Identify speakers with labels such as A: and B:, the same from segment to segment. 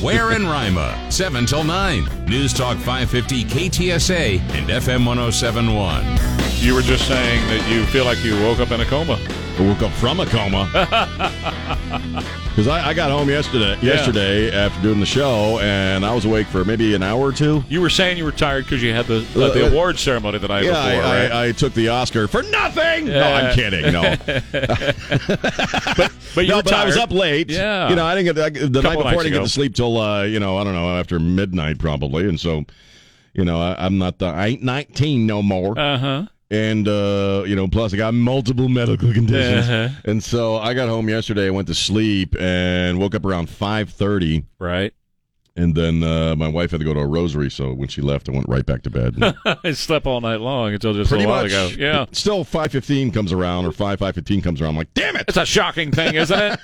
A: Where in Rima, 7 till 9. News Talk 550 KTSA and FM 1071.
B: You were just saying that you feel like you woke up in a coma.
C: I woke up from a coma because I, I got home yesterday.
B: Yeah.
C: Yesterday after doing the show, and I was awake for maybe an hour or two.
B: You were saying you were tired because you had the uh, the
C: Uh, uh,
B: award ceremony the night
C: Yeah, I,
B: before, right?
C: I, I took the Oscar for nothing. No, I'm kidding. No,
B: but you
C: no,
B: were
C: but I was
B: tired.
C: up late.
B: Yeah.
C: you know, I didn't get I, the night
B: Couple
C: before. I
B: nights
C: didn't get
B: ago.
C: to sleep till uh, you know I don't know after midnight probably, and so you know I, I'm not the I ain't 19 no more.
B: Uh huh.
C: and uh, you know, plus I got multiple medical conditions,
B: Uh-huh.
C: and so I got home yesterday, went to sleep, and woke up around five thirty,
B: Right.
C: and then uh, my wife had to go to a rosary, so when she left, I went right back to bed.
B: I slept all night long until just a while ago. Yeah.
C: Still, five fifteen comes around, or five five fifteen comes around. I'm like, damn it!
B: It's a shocking thing, isn't it?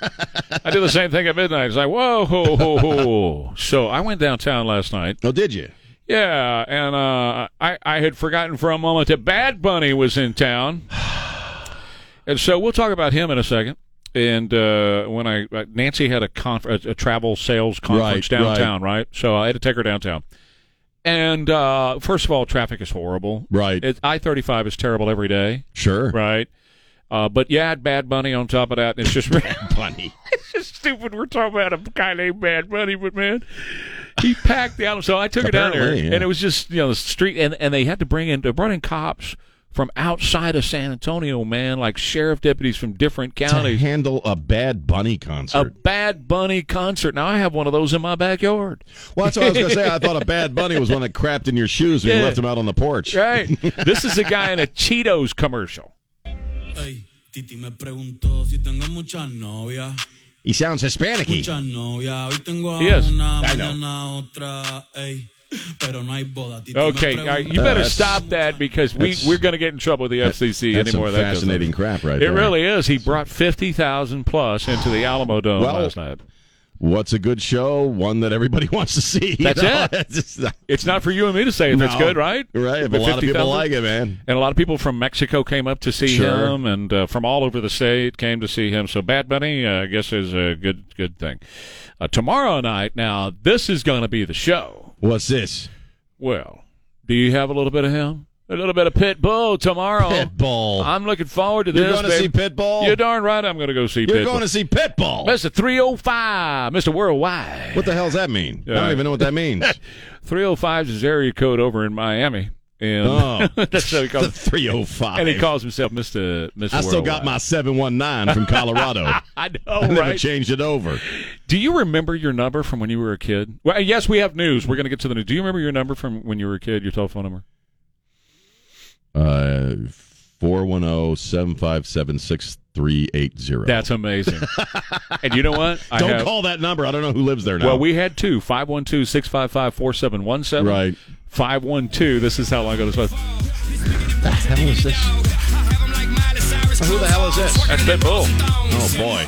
B: I do the same thing at midnight. It's like, whoa, ho, ho, ho. So I went downtown last night.
C: Oh, did you?
B: Yeah, and uh, I, I had forgotten for a moment that Bad Bunny was in town. And so we'll talk about him in a second. And uh, when I uh, Nancy had a, conf- a, a travel sales conference
C: Right, right.
B: downtown, right. So I had to take her downtown. And uh, first of all, traffic is horrible.
C: Right.
B: It, I thirty five is terrible every day.
C: Sure.
B: Right. Uh, but you add Bad Bunny on top of that, and it's just
C: Funny.
B: just stupid. We're talking about a guy named Bad Bunny, but man, he packed the album. So I took it down there,
C: Apparently, yeah.
B: and it was just you know the street, and and they had to bring in they brought in cops from outside of San Antonio, man, like sheriff deputies from different
C: To
B: counties.
C: handle a Bad Bunny
B: A
C: concert.
B: Bad Bunny concert. Now I have one of those in my backyard.
C: well, that's what I was gonna say. I thought a Bad Bunny was one that crapped in your shoes when
B: Yeah.
C: you left him out on the porch.
B: Right. this is a guy in a Cheetos commercial.
D: Ey, Titi me preguntó si tengo muchas novias.
C: He sounds Hispanic.
B: uh,
D: Muchas novias. Hoy tengo a
B: Yes,
D: una,
C: I know.
D: mañana a otra. Ey, pero no hay boda. Titi me
B: Okay, all right, you
C: Uh,
B: better
C: that's-
B: stop that because we,
C: that's-
B: we're going to get in trouble with the FCC
C: That's
B: anymore.
C: some fascinating crap, right
B: It
C: there.
B: really is. He brought 50,000 plus into the Alamo Dome
C: Well-
B: last night.
C: What's a good show? One that everybody wants to see.
B: That's it.
C: It's just-
B: It's not for you and me to say if it's
C: No.
B: good, right?
C: Right. If a
B: But
C: lot of people
B: 50,000?
C: like it, man.
B: And a lot of people from Mexico came up to see
C: Sure.
B: him, and uh, from all over the state came to see him. So Bad Bunny, uh, I guess, is a good good thing. Uh, tomorrow night, now this is going to be the show.
C: What's this?
B: Well, do you have a little bit of him? A little bit of Pitbull tomorrow.
C: Pitbull.
B: Oh. I'm looking forward to
C: You're
B: this.
C: going to see
B: babe.
C: Pitbull?
B: You're darn right. I'm going to go see
C: You're
B: Pitbull.
C: going to see Pitbull.
B: Mr. 305, Mr. oh Worldwide.
C: What the hell's that mean? I
B: Yeah.
C: don't even know what that means.
B: 305 is his area code over in Miami. And
C: Oh.
B: that's how he calls
C: the 305.
B: And he calls himself Mr. Mr.
C: I still got
B: Worldwide.
C: my 719 from Colorado.
B: I
C: I
B: know,
C: never
B: right?
C: changed it over.
B: Do you remember your number from when you were a kid? Well, yes, we have news. We're going to get to the news. Do you remember your number from when you were a kid? Your telephone number?
C: Uh, 410-757-6380.
B: That's amazing. and you know what? I
C: Don't
B: have-
C: call that number. I don't know who lives there now.
B: Well, we had two 512 655 4717.
C: Right.
B: 512. This is how long ago this was.
C: the hell is this? Who the hell is this?
B: That's Pitbull.
C: Oh, boy.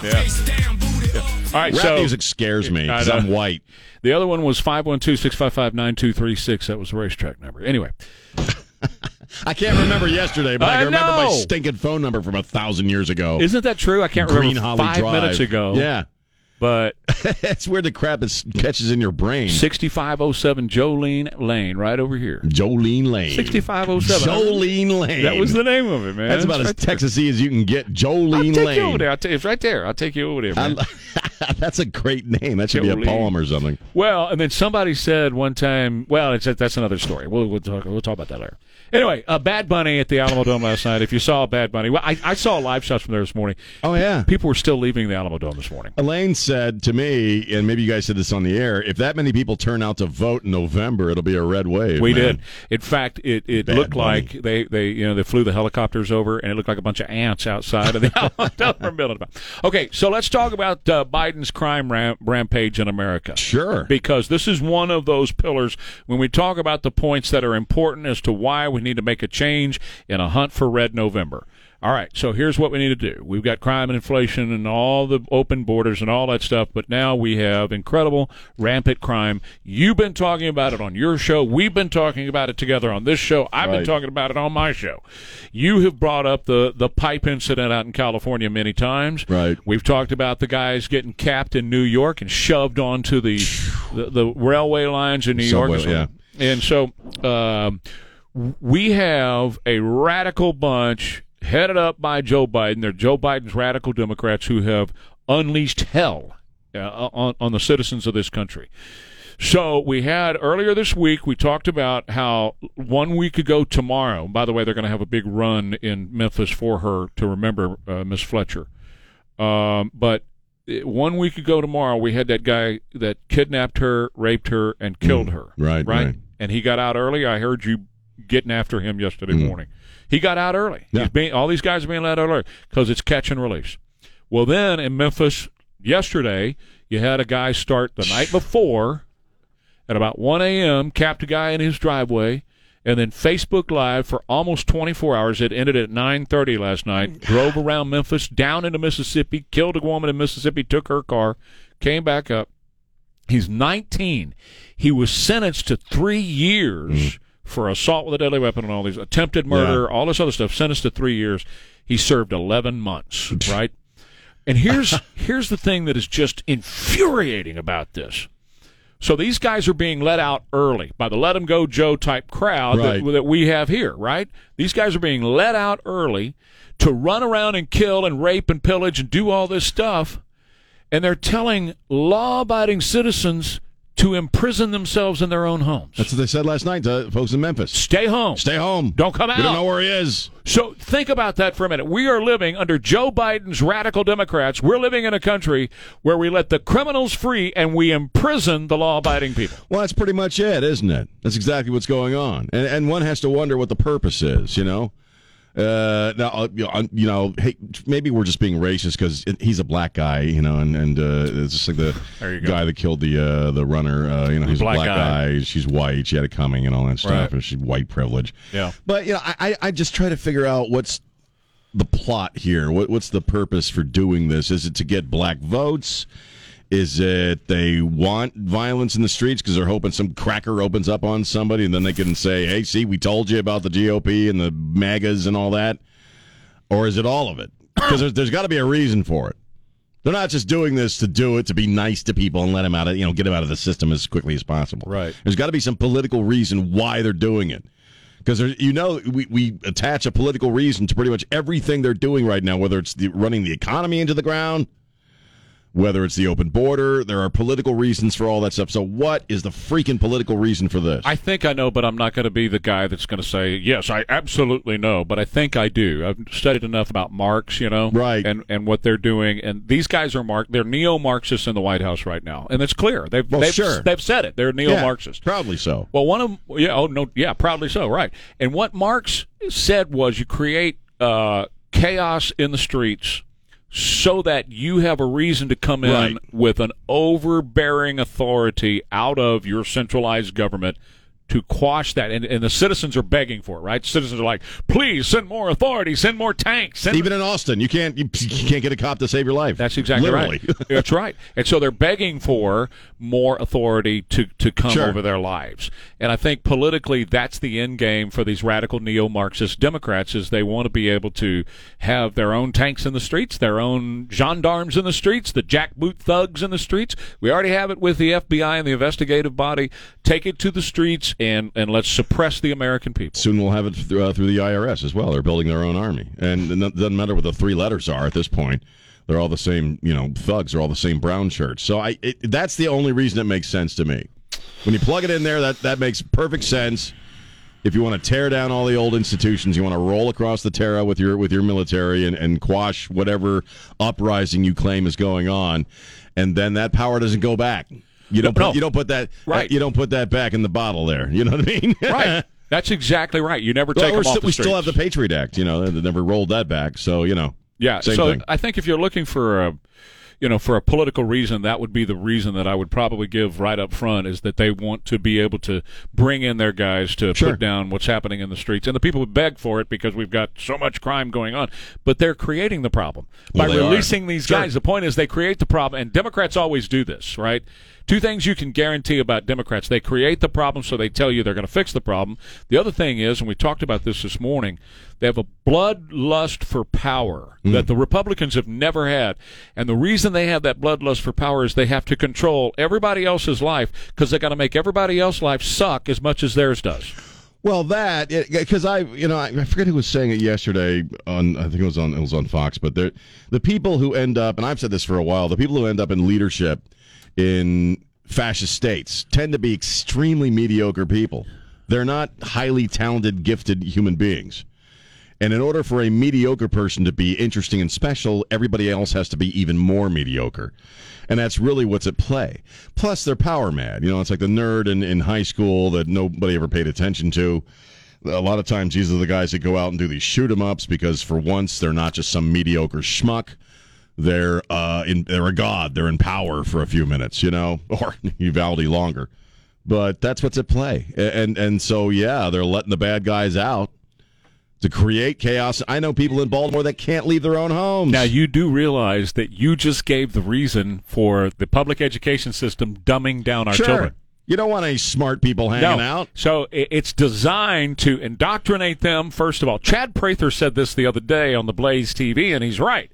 B: All right,
C: Rap
B: so
C: music scares me because
B: I know.
C: I'm white.
B: the other one was 512 655 9236. That was the racetrack number. Anyway.
C: I can't remember yesterday, but I,
B: I
C: can remember my
B: know.
C: stinking phone number from a thousand years ago.
B: Isn't that true? I can't
C: Green
B: remember
C: Holly
B: five
C: Drive.
B: minutes ago.
C: Yeah,
B: But
C: it's where the crap is, catches in your brain.
B: 6507 Jolene Lane, right over here.
C: Jolene Lane.
B: 6507.
C: Jolene Lane.
B: That was the name of it, man.
C: That's about
B: It's
C: as
B: right there.
C: Texasy as you can get. Jolene
B: I'll take
C: Lane.
B: you over there. I'll ta- it's right there. I'll take you over there. man.
C: I- that's a great name. That should be
B: Jolene.
C: a poem or something.
B: well, and then somebody said one time. Well, it's, that's another story. We'll we'll talk, we'll talk about that later. Anyway, uh, Bad Bunny at the Alamo Dome last night. If you saw Bad Bunny, well, I, I saw live shots from there this morning.
C: Oh yeah.
B: People were still leaving the Alamo Dome this morning.
C: Elaine said to me, and maybe you guys said this on the air. If that many people turn out to vote in November, it'll be a red wave.
B: We
C: man.
B: did. In fact, it, it
C: Bad
B: looked
C: Bunny.
B: like they, they you know they flew the helicopters over, and it looked like a bunch of ants outside of the Alamo Dome for building. Okay, so let's talk about uh, Biden's crime ram- rampage in America.
C: Sure.
B: Because this is one of those pillars when we talk about the points that are important as to why we need to make a change in a hunt for red November. All right, so here's what we need to do. We've got crime and inflation and all the open borders and all that stuff, but now we have incredible rampant crime. You've been talking about it on your show. We've been talking about it together on this show. I've been
C: Right.
B: talking about it on my show. You have brought up the, the pipe incident out in California many times.
C: Right.
B: We've talked about the guys getting capped in New York and shoved onto the the, the railway lines in New York.
C: Subway, yeah.
B: And so um, we have a radical bunch headed up by Joe Biden. They're Joe Biden's radical Democrats who have unleashed hell uh, on, on the citizens of this country. So we had earlier this week, we talked about how one week ago tomorrow, by the way, they're going to have a big run in Memphis for her to remember uh, Miss Fletcher. Um, but it- one week ago tomorrow, we had that guy that kidnapped her, raped her, and killed her.
C: Mm. right, right.
B: And he got out early. I heard you getting after him yesterday morning. He got out early.
C: Mm. Yeah.
B: He's being, all these guys are being let out early because it's catch and release. Well, then in Memphis yesterday, you had a guy start the night before at about 1 a.m., capped a guy in his driveway, and then Facebook Live for almost 24 hours. It ended at 9:30 last night. Drove around Memphis, down into Mississippi, killed a woman in Mississippi, took her car, came back up. He's 19. He was sentenced to three years for assault with a deadly weapon and all these attempted murder, all this other stuff. Sentenced to three years. He served 11 months. Right. And here's here's the thing that is just infuriating about this. So these guys are being let out early by the let them go Joe type crowd that,
C: Right.
B: that we have here, right? These guys are being let out early to run around and kill and rape and pillage and do all this stuff. And they're telling law abiding citizens to imprison themselves in their own homes.
C: That's what they said last night to folks in Memphis.
B: Stay home.
C: Stay home.
B: Don't come
C: We
B: out.
C: don't know where he is.
B: So think about that for a minute. We are living under Joe Biden's radical Democrats. We're living in a country where we let the criminals free and we imprison the law abiding people.
C: Well, that's pretty much it, isn't it? That's exactly what's going on, and and one has to wonder what the purpose is, you know. Uh, now uh, you know, uh, you know, hey, maybe we're just being racist because he's a black guy, you know, and and uh, it's just like the
B: There you go.
C: guy that killed the uh, the runner, uh, you know, he's
B: Black
C: a black
B: guy.
C: guy. she's white, she had it coming, and all that stuff,
B: Right.
C: and she's white privilege.
B: Yeah.
C: but you know, I I- I just try to figure out what's the plot here? What, what's the purpose for doing this? Is it to get black votes? Is it they want violence in the streets because they're hoping some cracker opens up on somebody and then they can say, hey, see, we told you about the GOP and the MAGAs and all that? Or is it all of it? Because there's, there's got to be a reason for it. They're not just doing this to do it to be nice to people and let them out of you know get them out of the system as quickly as possible.
B: Right.
C: There's got to be some political reason why they're doing it. Because you know we, we attach a political reason to pretty much everything they're doing right now, whether it's the, running the economy into the ground, whether it's the open border. There are political reasons for all that stuff. So what is the freaking political reason for this?
B: I think I know, but I'm not going to be the guy that's going to say yes. I absolutely know, but I think I do. I've studied enough about Marx, you know,
C: Right.
B: and and what they're doing. And these guys are Mark. They're neo-Marxists in the White House right now, and it's clear. They've
C: Well,
B: they've,
C: sure.
B: they've said it. They're
C: Yeah,
B: neo-Marxists.
C: probably so.
B: Well, one of 'em- yeah, oh no, yeah, proudly so, right. And what Marx said was, you create uh, chaos in the streets so that you have a reason to come in
C: Right.
B: with an overbearing authority out of your centralized government to quash that. And, and the citizens are begging for it, right? Citizens are like, please send more authority, send more tanks, send
C: Even in Austin, you can't you, you can't get a cop to save your life.
B: that's exactly
C: Literally.
B: right. That's right. And so they're begging for more authority to, to come
C: Sure.
B: over their lives. And I think politically that's the end game for these radical neo Marxist Democrats is they want to be able to have their own tanks in the streets, their own gendarmes in the streets, the jackboot thugs in the streets. We already have it with the FBI and the investigative body. Take it to the streets and, and let's suppress the American people.
C: Soon we'll have it through, uh, through the IRS as well. They're building their own army, and it doesn't matter what the three letters are at this point. They're all the same, you know. Thugs are all the same brown shirts. So I, it, that's the only reason it makes sense to me. When you plug it in there, that that makes perfect sense. If you want to tear down all the old institutions, you want to roll across the terra with your with your military and, and quash whatever uprising you claim is going on, and then that power doesn't go back. You don't
B: No.
C: put, you don't put that
B: Right.
C: You don't put that back in the bottle there. You know what I mean?
B: Right. That's exactly right. You never take
C: Well, we're
B: them off
C: sti-
B: the
C: we
B: streets.
C: still have the Patriot Act, you know, that never rolled that back. So you know,
B: Yeah.
C: same
B: so
C: thing.
B: I think if you're looking for a, you know, for a political reason, that would be the reason that I would probably give right up front is that they want to be able to bring in their guys to
C: Sure.
B: put down what's happening in the streets, and the people would beg for it because we've got so much crime going on. But they're creating the problem
C: Well,
B: by
C: they are.
B: releasing these guys. The point is they create the problem, and Democrats always do this, right? Two things you can guarantee about Democrats they create the problem, so they tell you they're going to fix the problem. The other thing is, and we talked about this this morning, they have a bloodlust for power that the Republicans have never had. And the reason they have that bloodlust for power is they have to control everybody else's life because they got to make everybody else's life suck as much as theirs does.
C: Well, that because I, you know, I, I forget who was saying it yesterday on. I think it was on it was on Fox, but there- the people who end up, and I've said this for a while, the people who end up in leadership in fascist states tend to be extremely mediocre people. They're not highly talented, gifted human beings. And in order for a mediocre person to be interesting and special, everybody else has to be even more mediocre. And that's really what's at play. Plus, they're power mad. You know, it's like the nerd in, in high school that nobody ever paid attention to. A lot of times, these are the guys that go out and do these shoot 'em ups because, for once, they're not just some mediocre schmuck. They're uh, in, they're a god. They're in power for a few minutes, you know, or Uvalde longer. But that's what's at play. A- And and so yeah, they're letting the bad guys out to create chaos. I know people in Baltimore that can't leave their own homes.
B: Now you do realize that you just gave the reason for the public education system dumbing down our
C: sure.
B: children.
C: You don't want any smart people hanging out.
B: So i- it's designed to indoctrinate them. First of all, Chad Prather said this the other day on the Blaze TV, and he's right.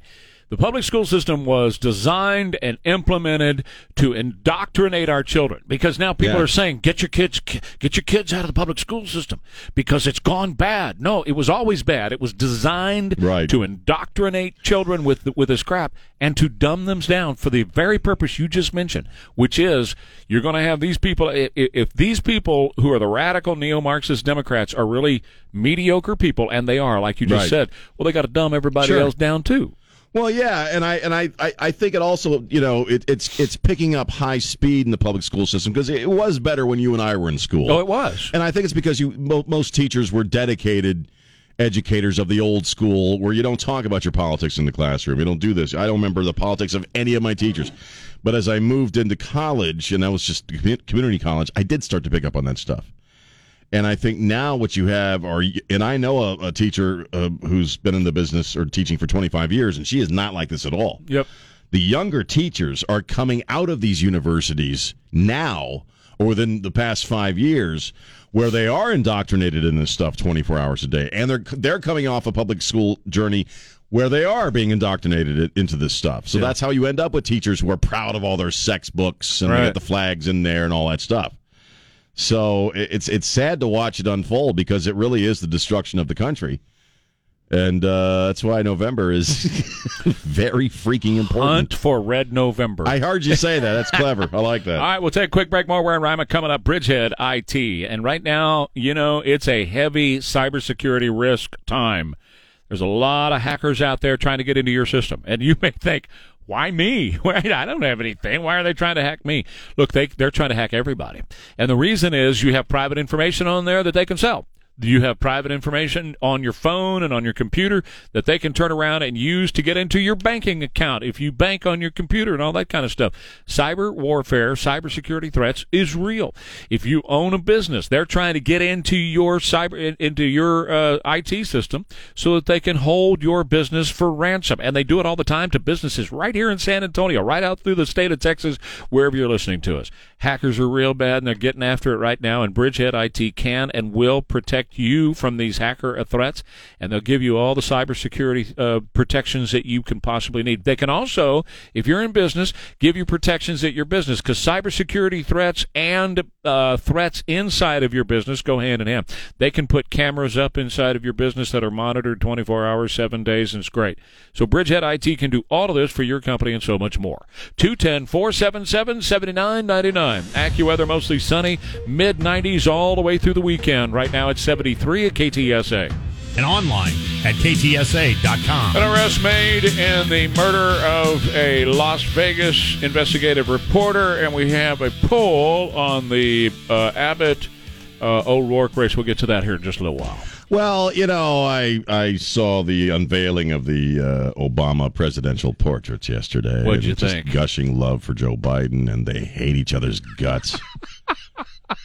B: The public school system was designed and implemented to indoctrinate our children because now people
C: Yeah.
B: are saying, "Get your kids, get your kids out of the public school system because it's gone bad." No, it was always bad. It was designed
C: Right.
B: to indoctrinate children with with this crap and to dumb them down for the very purpose you just mentioned, which is you're going to have these people. i- i- If these people who are the radical neo-Marxist Democrats are really mediocre people, and they are, like you just
C: Right.
B: said, well, they got to dumb everybody
C: Sure.
B: else down too.
C: Well, yeah, and I and I, I, I think it also you know it, it's it's picking up high speed in the public school system because it was better when you and I were in school.
B: Oh, it was.
C: And I think it's because you mo- most teachers were dedicated educators of the old school where you don't talk about your politics in the classroom. You don't do this. I don't remember the politics of any of my teachers. But as I moved into college and that was just commu- community college, I did start to pick up on that stuff. And I think now what you have are, and I know a, a teacher uh, who's been in the business or teaching for 25 years, and she is not like this at all
B: Yep.
C: the younger teachers are coming out of these universities now or within the past five years where they are indoctrinated in this stuff 24 hours a day and they're they're coming off a public school journey where they are being indoctrinated i- into this stuff so that's how you end up with teachers who are proud of all their sex books and they
B: Right.
C: got the flags in there and all that stuff so i- it's it's sad to watch it unfold because it really is the destruction of the country and uh, that's why November is very freaking important.
B: Hunt for Red November.
C: I heard you say that. That's clever. I like
B: All
C: that.
B: right, we'll take a quick break. More Ware and Rima coming up. Bridgehead IT. And right now, you know, it's a heavy cybersecurity risk time. There's a lot of hackers out there trying to get into your system. And you may think, why me? Wait, I don't have anything. Why are they trying to hack me? Look, they, they're trying to hack everybody. And the reason is you have private information on there that they can sell. You have private information on your phone and on your computer that they can turn around and use to get into your banking account if you bank on your computer and all that kind of stuff. Cyber warfare, cybersecurity threats is real. If you own a business, they're trying to get into your cyber in- into your uh, IT system so that they can hold your business for ransom, and they do it all the time to businesses right here in San Antonio, right out through the state of Texas, wherever you're listening to us. Hackers are real bad, and they're getting after it right now. And Bridgehead IT can and will protect you from these hacker uh, threats, and they'll give you all the cybersecurity uh, protections that you can possibly need. They can also, if you're in business, give you protections at your business because cybersecurity threats and uh, threats inside of your business go hand in hand. They can put cameras up inside of your business that are monitored 24 hours, seven days, and it's great. So Bridgehead IT can do all of this for your company and so much more. 210 477 7999. AccuWeather mostly sunny, mid 90s all the way through the weekend. Right now it's 73 at KTSA.
E: and online at ktsa.com.
B: An arrest made in the murder of a Las Vegas investigative reporter, and we have a poll on the uh, Abbott uh, O'Rourke race. We'll get to that here in just a little while.
C: Well, you know, I I saw the unveiling of the uh, Obama presidential portraits yesterday.
B: What'd you
C: And just
B: think?
C: Gushing love for Joe Biden, and they hate each other's guts.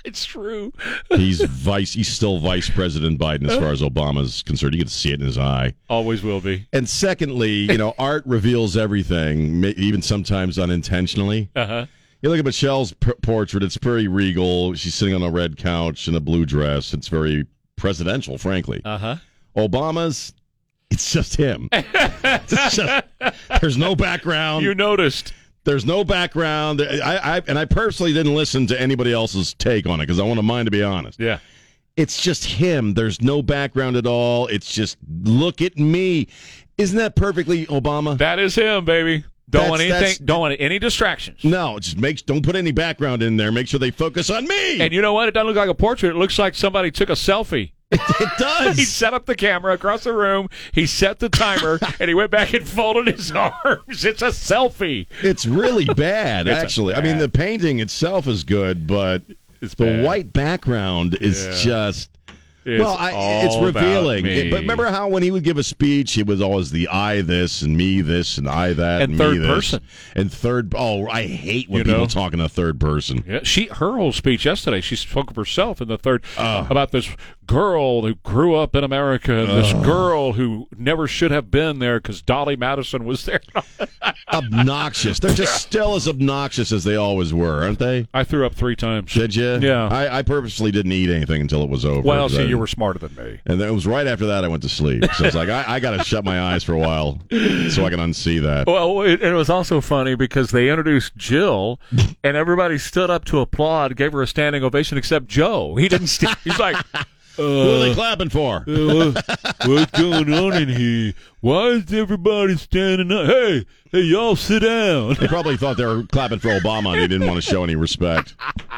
B: It's true.
C: he's vice. He's still Vice President Biden as far as Obama's concerned. You can see it in his eye.
B: Always will be.
C: And secondly, you know, art reveals everything, ma- even sometimes unintentionally.
B: Uh huh.
C: You You look at Michelle's p- portrait; it's pretty regal. She's sitting on a red couch in a blue dress. It's very presidential, frankly.
B: Uh huh.
C: Obama's, it's just him. It's just- there's no background.
B: You noticed.
C: There's no background. I, I and I personally didn't listen to anybody else's take on it because I wanted mine to be honest.
B: Yeah.
C: It's just him. There's no background at all. It's just look at me. Isn't that perfectly Obama?
B: That is him, baby. Don't want
C: That's-
B: anything.
C: that's- Mm-hmm.
B: don't want any distractions.
C: no, just make don't put any background in there. Make sure they focus on me.
B: And you know what? It doesn't look like a portrait. It looks like somebody took a selfie.
C: it
B: He
C: does.
B: set up the camera across the room. He set the timer, and he went back and folded his arms. It's a selfie.
C: It's really bad,
B: It's a
C: actually. I mean, the painting itself is good, but the
B: bad.
C: white background is just.
B: It's
C: well, I, it's
B: all about
C: revealing.
B: me.
C: It- but remember how when he would give a speech, it was always the I this and me this and I that
B: And
C: and,
B: third
C: me this.
B: person.
C: and third. Oh, I hate when
B: You
C: people
B: know?
C: talk in a third person.
B: Yeah, she her whole speech yesterday. She spoke of herself in the third
C: Oh.
B: about this girl who grew up in America, and this girl who never should have been there because Dolly Madison was there.
C: Obnoxious. They're just still as obnoxious as they always were, aren't they?
B: I threw up three times.
C: Did you?
B: Yeah.
C: I, I purposely didn't eat anything until it was over.
B: well,
C: 'cause
B: see,
C: I-
B: you were smarter than me.
C: And then it was right after that I went to sleep. So it's like I, I got to shut my eyes for a while so I can unsee that.
F: Well, it, it was also funny because they introduced Jill, and everybody stood up to applaud, gave her a standing ovation, except Joe. He didn't. St- he's like,
C: Who are they clapping for?
F: "What's going on in here? Why is everybody standing up? Hey, hey, y'all, sit down."
C: They probably thought they were clapping for Obama and he didn't want to show any respect.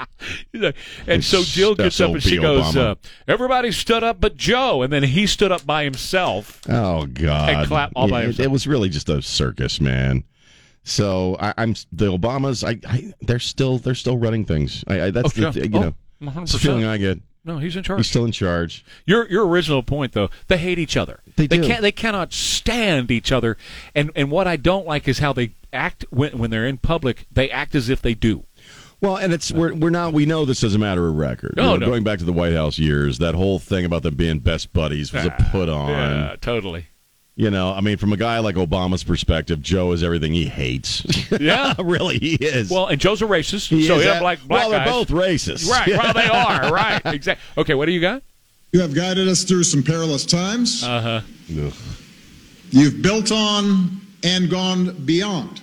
B: He's like- And so Jill gets up and she
C: SOP
B: goes,
C: Obama.
B: uh, "Everybody stood up, but Joe." And then he stood up by himself.
C: Oh God!
B: And clap all by
C: Yeah, it,
B: himself.
C: it was really just a circus, man. So I, I'm the Obamas. I, I they're still they're still running things. I, I that's
B: Oh,
C: the,
B: yeah.
C: you know
B: Oh, 100%.
C: it's the feeling I get.
B: No, he's in charge.
C: He's still in charge.
B: Your your original point though, they hate each other.
C: They do.
B: can't they cannot stand each other. And and what I don't like is how they act when when they're in public, they act as if they do.
C: Well, and it's we're we're not we know this is a matter of record.
B: Oh, No,
C: You know,
B: no.
C: Going back to the White House years, that whole thing about them being best buddies was
B: Ah,
C: a put on.
B: totally.
C: You know, I mean, from a guy like Obama's perspective, Joe is everything he hates.
B: Yeah.
C: really, he is.
B: well, and Joe's a racist,
C: he
B: so
C: is
B: he
C: that-
B: doesn't like black
C: well, they're
B: guys.
C: both racist.
B: Right, well they are, right. Exactly. Okay, what do you got?
G: You have guided us through some perilous times. Uh huh. You've built on and gone beyond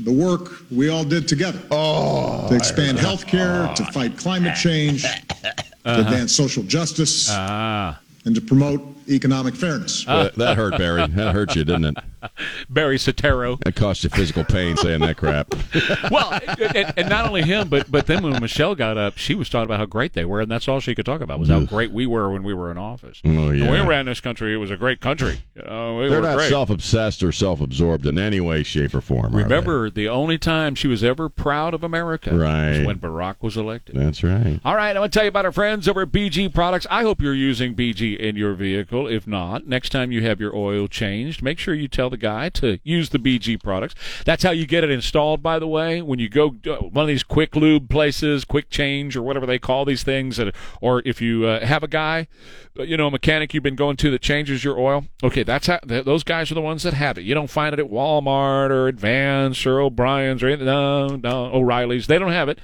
G: the work we all did together to expand healthcare, to fight climate change, to advance social justice, and to promote economic fairness.
C: That- that hurt, Barry. That hurt you, didn't it?
B: Barry Sotero.
C: That cost you physical pain saying that crap.
B: well, and, and not only him, but but then when Michelle got up, she was talking about how great they were, and that's all she could talk about was how great we were when we were in office.
C: Oh, yeah.
B: When we ran this country, it was a great country. You know, we
C: They're
B: were
C: not
B: great.
C: self-obsessed or self-absorbed in any way, shape, or form. are
B: Remember, the only time she was ever proud of America
C: Right.
B: was when Barack was elected.
C: they? That's right.
B: All right, I want to tell you about our friends over at BG Products. I hope you're using BG in your vehicle. If not, next time you have your oil changed, make sure you tell the guy to use the BG products. That's how you get it installed, by the way. When you go to one of these quick lube places, quick change, or whatever they call these things, and- or if you uh, have a guy, uh, you know, a mechanic you've been going to that changes your oil, okay, that's how, th- those guys are the ones that have it. You don't find it at Walmart or Advance or O'Brien's or anything. No, no, O'Reilly's. They don't have it.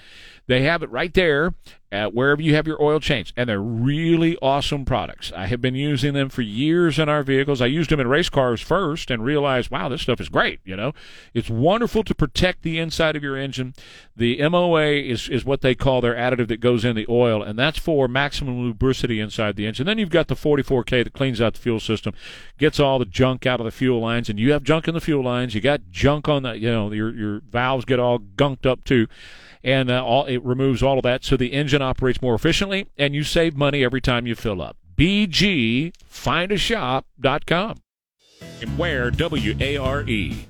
B: They have it right there at wherever you have your oil change. And they're really awesome products. I have been using them for years in our vehicles. I used them in race cars first and realized, wow, this stuff is great. You know, it's wonderful to protect the inside of your engine. The MOA is, is what they call their additive that goes in the oil, and that's for maximum lubricity inside the engine. Then you've got the 44K that cleans out the fuel system, gets all the junk out of the fuel lines, and you have junk in the fuel lines. You got junk on the, you know, your, your valves get all gunked up too and uh, all, it removes all of that so the engine operates more efficiently and you save money every time you fill up bgfindashop.com and where w-a-r-e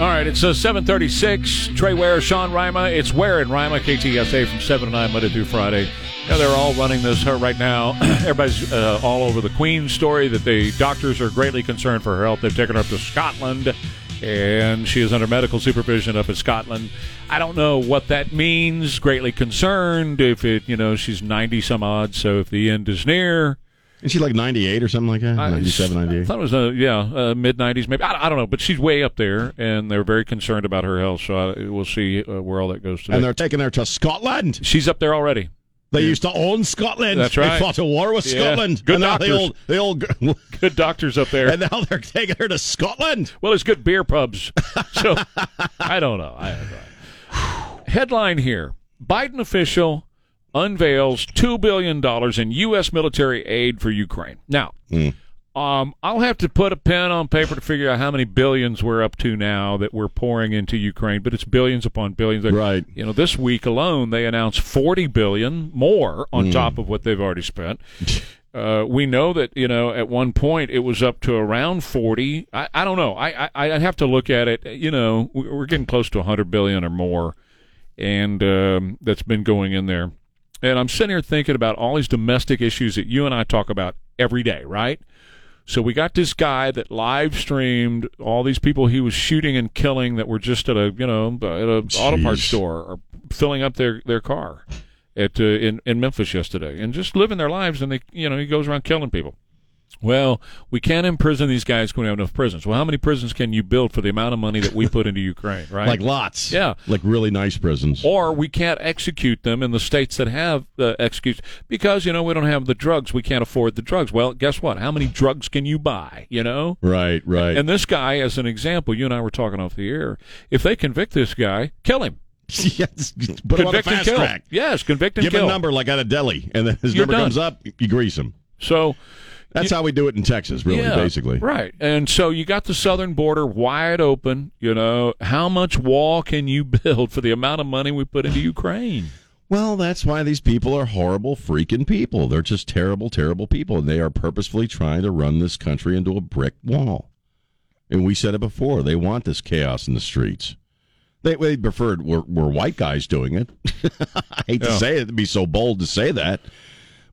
B: all right, it's uh, 736. Trey Ware, Sean Rima. It's Ware and Rima, KTSA from 7 to 9, Monday through Friday. Now, they're all running this hurt right now. Everybody's uh, all over the Queen story that the doctors are greatly concerned for her health. They've taken her up to Scotland, and she is under medical supervision up in Scotland. I don't know what that means. Greatly concerned if it, you know, she's 90 some odd, so if the end is near,
C: Isn't she like 98 or something like that?
B: I-
C: 97,
B: I
C: 98?
B: thought it was uh, yeah uh, mid '90s maybe. I, I don't know, but she's way up there, and they're very concerned about her health. So I, we'll see uh, where all that goes
C: And
B: today.
C: they're taking her to Scotland.
B: She's up there already.
C: They used to own Scotland.
B: That's right.
C: They fought a war with
B: Yeah.
C: Scotland.
B: Good
C: and now they
B: doctors.
C: all, they all, g-
B: Good doctors up there.
C: and now they're taking her to Scotland.
B: Well, it's good beer pubs. So I don't know. I don't know. Headline here Biden official unveils $2 billion in U.S. military aid for Ukraine. Now, um, I'll have to put a pen on paper to figure out how many billions we're up to now that we're pouring into Ukraine, but it's billions upon billions.
C: Right.
B: You know, this week alone, they announced 40 billion more on top of what they've already spent. Uh, we know that you know at one point it was up to around 40 i, I don't know I, I i'd have to look at it you know we- we're getting close to 100 billion or more and um, that's been going in there and i'm sitting here thinking about all these domestic issues that you and i talk about every day right so we got this guy that live streamed all these people he was shooting and killing that were just at a you know at a auto parts store or filling up their their car at uh, in in Memphis yesterday and just living their lives and they you know he goes around killing people. Well, we can't imprison these guys because we have enough prisons. Well, how many prisons can you build for the amount of money that we put into Ukraine, right?
C: Like lots.
B: Yeah. Oh.
C: Like really nice prisons.
B: or we can't execute them in the states that have the execute because you know we don't have the drugs, we can't afford the drugs. Well, guess what? How many drugs can you buy, you know?
C: Right, right.
B: And this guy, as an example, you and I were talking off the air. If they convict this guy, kill him.
C: yes. Put him on a
B: convict and
C: fast
B: kill.
C: track.
B: Yes, convict and
C: Give him
B: kill.
C: a number like at a deli, and then his
B: You're
C: number
B: done.
C: comes up, you grease him.
B: So,
C: That's how we do it in Texas, really,
B: yeah,
C: basically.
B: right. And so you got the southern border wide open. You know, how much wall can you build for the amount of money we put into Ukraine?
C: Well, that's why these people are horrible freaking people. They're just terrible, terrible people, and they are purposefully trying to run this country into a brick wall. And we said it before. They want this chaos in the streets. They they preferred were, were white guys doing it. I hate to say it, to be so bold to say that,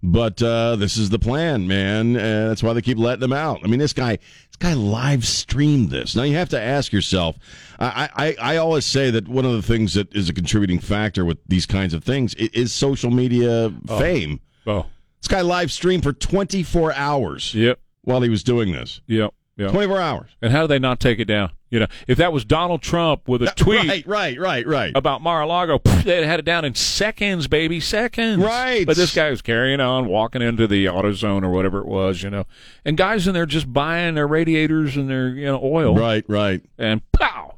C: but uh, this is the plan, man. And that's why they keep letting them out. I mean, this guy, this guy live streamed this. Now you have to ask yourself. I, I, I always say that one of the things that is a contributing factor with these kinds of things i- is social media fame.
B: Oh,
C: This guy live streamed for 24 hours
B: yep,
C: while he was doing this.
B: yep, yep.
C: 24 hours.
B: And how do they not take it down? You know, if that was Donald Trump with a tweet
C: Right, right, right, right.
B: about Mar-a-Lago, they had it down in seconds, baby, seconds.
C: Right.
B: But this guy was carrying on, walking into the auto zone or whatever it was, you know. And guys in there just buying their radiators and their you know oil,
C: Right, right.
B: and pow,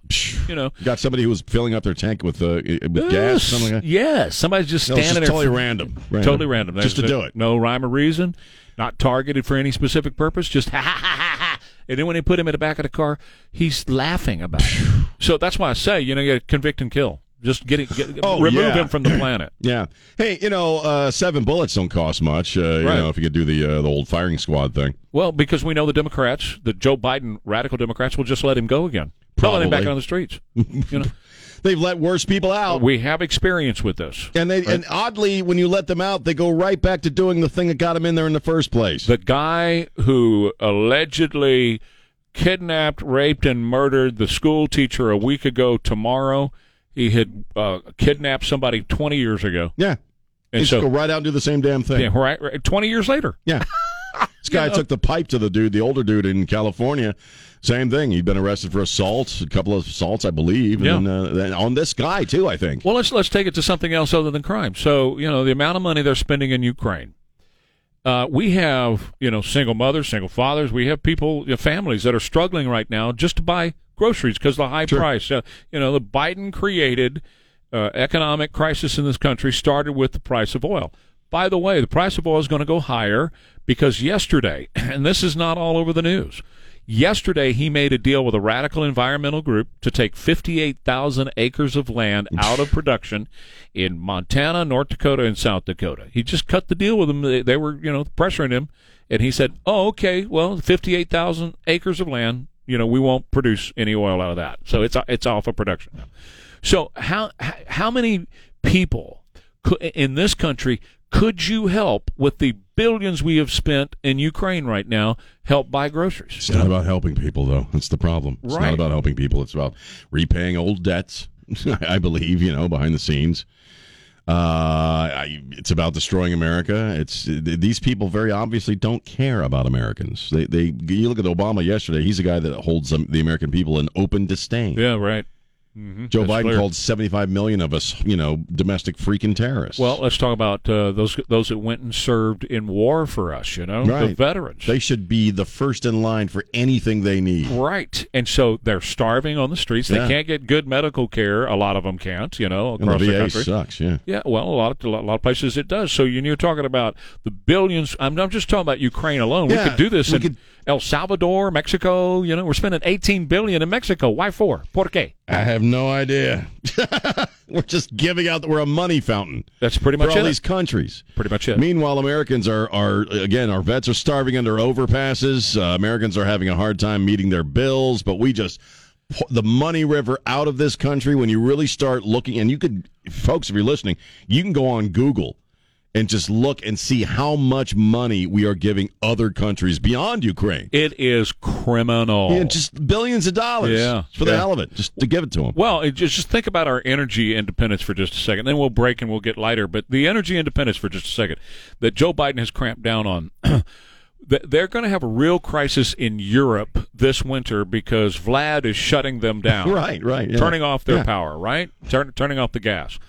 B: you know.
C: Got somebody who was filling up their tank with uh, with gas, something like that.
B: Yes, somebody's just
C: No, it's
B: standing
C: just
B: there.
C: totally random.
B: Totally random.
C: Just to
B: There's
C: do
B: no-
C: it.
B: No rhyme or reason. Not targeted for any specific purpose. Just ha ha ha ha ha. And then when they put him in the back of the car, he's laughing about it. So that's why I say, you know, you gotta convict and kill. Just get it. Get,
C: Oh,
B: remove
C: yeah.
B: him from the planet.
C: Yeah. Hey, you know, uh, seven bullets don't cost much. Uh, You
B: Right.
C: know, if you could do the uh, the old firing squad thing.
B: Well, because we know the Democrats, the Joe Biden radical Democrats, will just let him go again. They'll Let him back
C: Probably.
B: on the streets. You know,
C: They've let worse people out,
B: we have experience with this.
C: and they and oddly, when you let them out, they go right back to doing the thing that got them in there in the first place.
B: The guy who allegedly kidnapped, raped, and murdered the school teacher a week ago tomorrow, he had uh, kidnapped somebody 20 years ago.
C: yeah. They
B: And
C: just go
B: so,
C: right out and do the same damn thing.
B: yeah, right, right, 20 years later.
C: Yeah. This guy took the pipe to the dude, the older dude in California. Same thing. He'd been arrested for assault, a couple of assaults, I believe,
B: Yeah.
C: and uh, then on this guy too. I think.
B: Well, let's let's take it to something else other than crime. So you know the amount of money they're spending in Ukraine. Uh, we have you know single mothers, single fathers. We have people, you know, families that are struggling right now just to buy groceries because the high price. Uh, you know the Biden created uh, economic crisis in this country started with the price of oil. By the way, the price of oil is going to go higher because yesterday, and this is not all over the news. Yesterday, he made a deal with a radical environmental group to take 58,000 acres of land out of production in Montana, North Dakota, and South Dakota. He just cut the deal with them. They, they were, you know, pressuring him, and he said, "Oh, okay. Well, 58,000 acres of land. You know, we won't produce any oil out of that. So it's it's off of production now." So how h- how many people cou- in this country could you help with the billions we have spent in Ukraine right now? Help buy groceries.
C: It's not about helping people, though. That's the problem. It's
B: Right.
C: not about helping people. It's about repaying old debts. I believe, you know, behind the scenes. Uh, I, it's about destroying America. It's th- these people very obviously don't care about Americans. They, they you look at Obama yesterday. He's a guy that holds um, the American people in open disdain.
B: Yeah, right.
C: Joe
B: that's
C: Biden
B: clear.
C: called 75 million of us, you know, domestic freaking terrorists.
B: Well, let's talk about uh, those those that went and served in war for us. You know, the
C: Right.
B: veterans.
C: they should be the first in line for anything they need.
B: Right, and so they're starving on the streets. They
C: Yeah.
B: can't get good medical care. A lot of them can't, you know,
C: And the
B: across the,
C: VA
B: country.
C: sucks, yeah.
B: Yeah, well, a lot of a lot of places it does. So you- you're talking about the billions. I'm, I'm just talking about Ukraine alone.
C: Yeah,
B: we could do this
C: we
B: in
C: could-
B: El Salvador, Mexico. You know, we're spending 18 billion in Mexico. Why for? Por qué?
C: I have no idea. we're just giving out. We're a money fountain
B: That's pretty
C: for
B: much
C: all
B: it.
C: these countries.
B: pretty much it.
C: Meanwhile, Americans are are again our vets are starving under overpasses. Uh, Americans are having a hard time meeting their bills, but we just pour the money river out of this country when you really start looking and you could folks if you're listening, you can go on Google and just look and see how much money we are giving other countries beyond Ukraine.
B: it is criminal.
C: Yeah, just billions of dollars.
B: Yeah.
C: For the
B: Yeah.
C: hell of it. Just to give it to them.
B: Well, it just, just think about our energy independence for just a second. Then we'll break and we'll get lighter. But the energy independence for just a second that Joe Biden has cramped down on. th- They're going to have a real crisis in Europe this winter because Vlad is shutting them down.
C: Right, right. yeah.
B: turning off their
C: Yeah.
B: power, right? Turn, turning off the gas.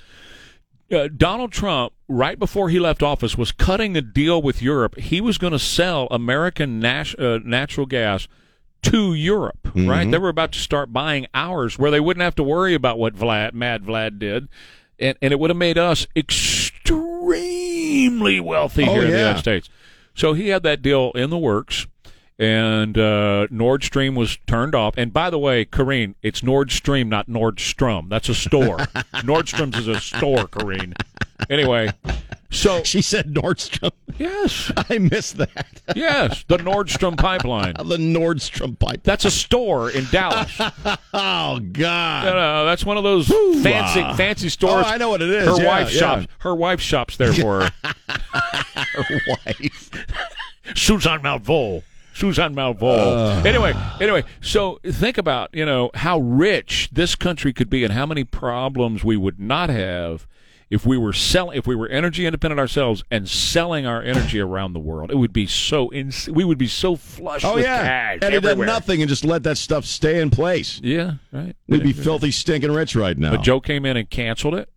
B: Uh, Donald Trump, right before he left office, was cutting a deal with Europe. He was going to sell American nas- uh, natural gas to Europe,
C: Mm-hmm.
B: right? They were about to start buying ours, where they wouldn't have to worry about what Vlad, Mad Vlad, did, and and it would have made us extremely wealthy
C: Oh,
B: here in the
C: yeah.
B: United States. So he had that deal in the works and uh, Nord Stream was turned off. And by the way, Kareen, it's Nord Stream, not Nordstrom. That's a store. Nordstrom's is a store, Kareen. Anyway, so
C: She said Nordstrom.
B: yes,
C: I missed that.
B: yes, the Nordstrom pipeline.
C: the Nordstrom pipe.
B: That's a store in Dallas. No,
C: Oh God.
B: no, uh, that's one of those fancy, fancy stores.
C: Oh, I know what it is.
B: Her
C: Yeah,
B: wife
C: yeah.
B: shops. Her wife shops there for her.
C: wife.
B: Susan Malvaux. Susan Malvaux.
C: Uh.
B: anyway, anyway, so think about you know how rich this country could be, and how many problems we would not have if we were selling, if we were energy independent ourselves and selling our energy around the world. It would be so ins- we would be so flush
C: Oh
B: with
C: yeah,
B: cash
C: and it done
B: everywhere.
C: nothing and just let that stuff stay in place.
B: Yeah, right.
C: We'd be filthy, stinking rich right now.
B: But Joe came in and canceled it.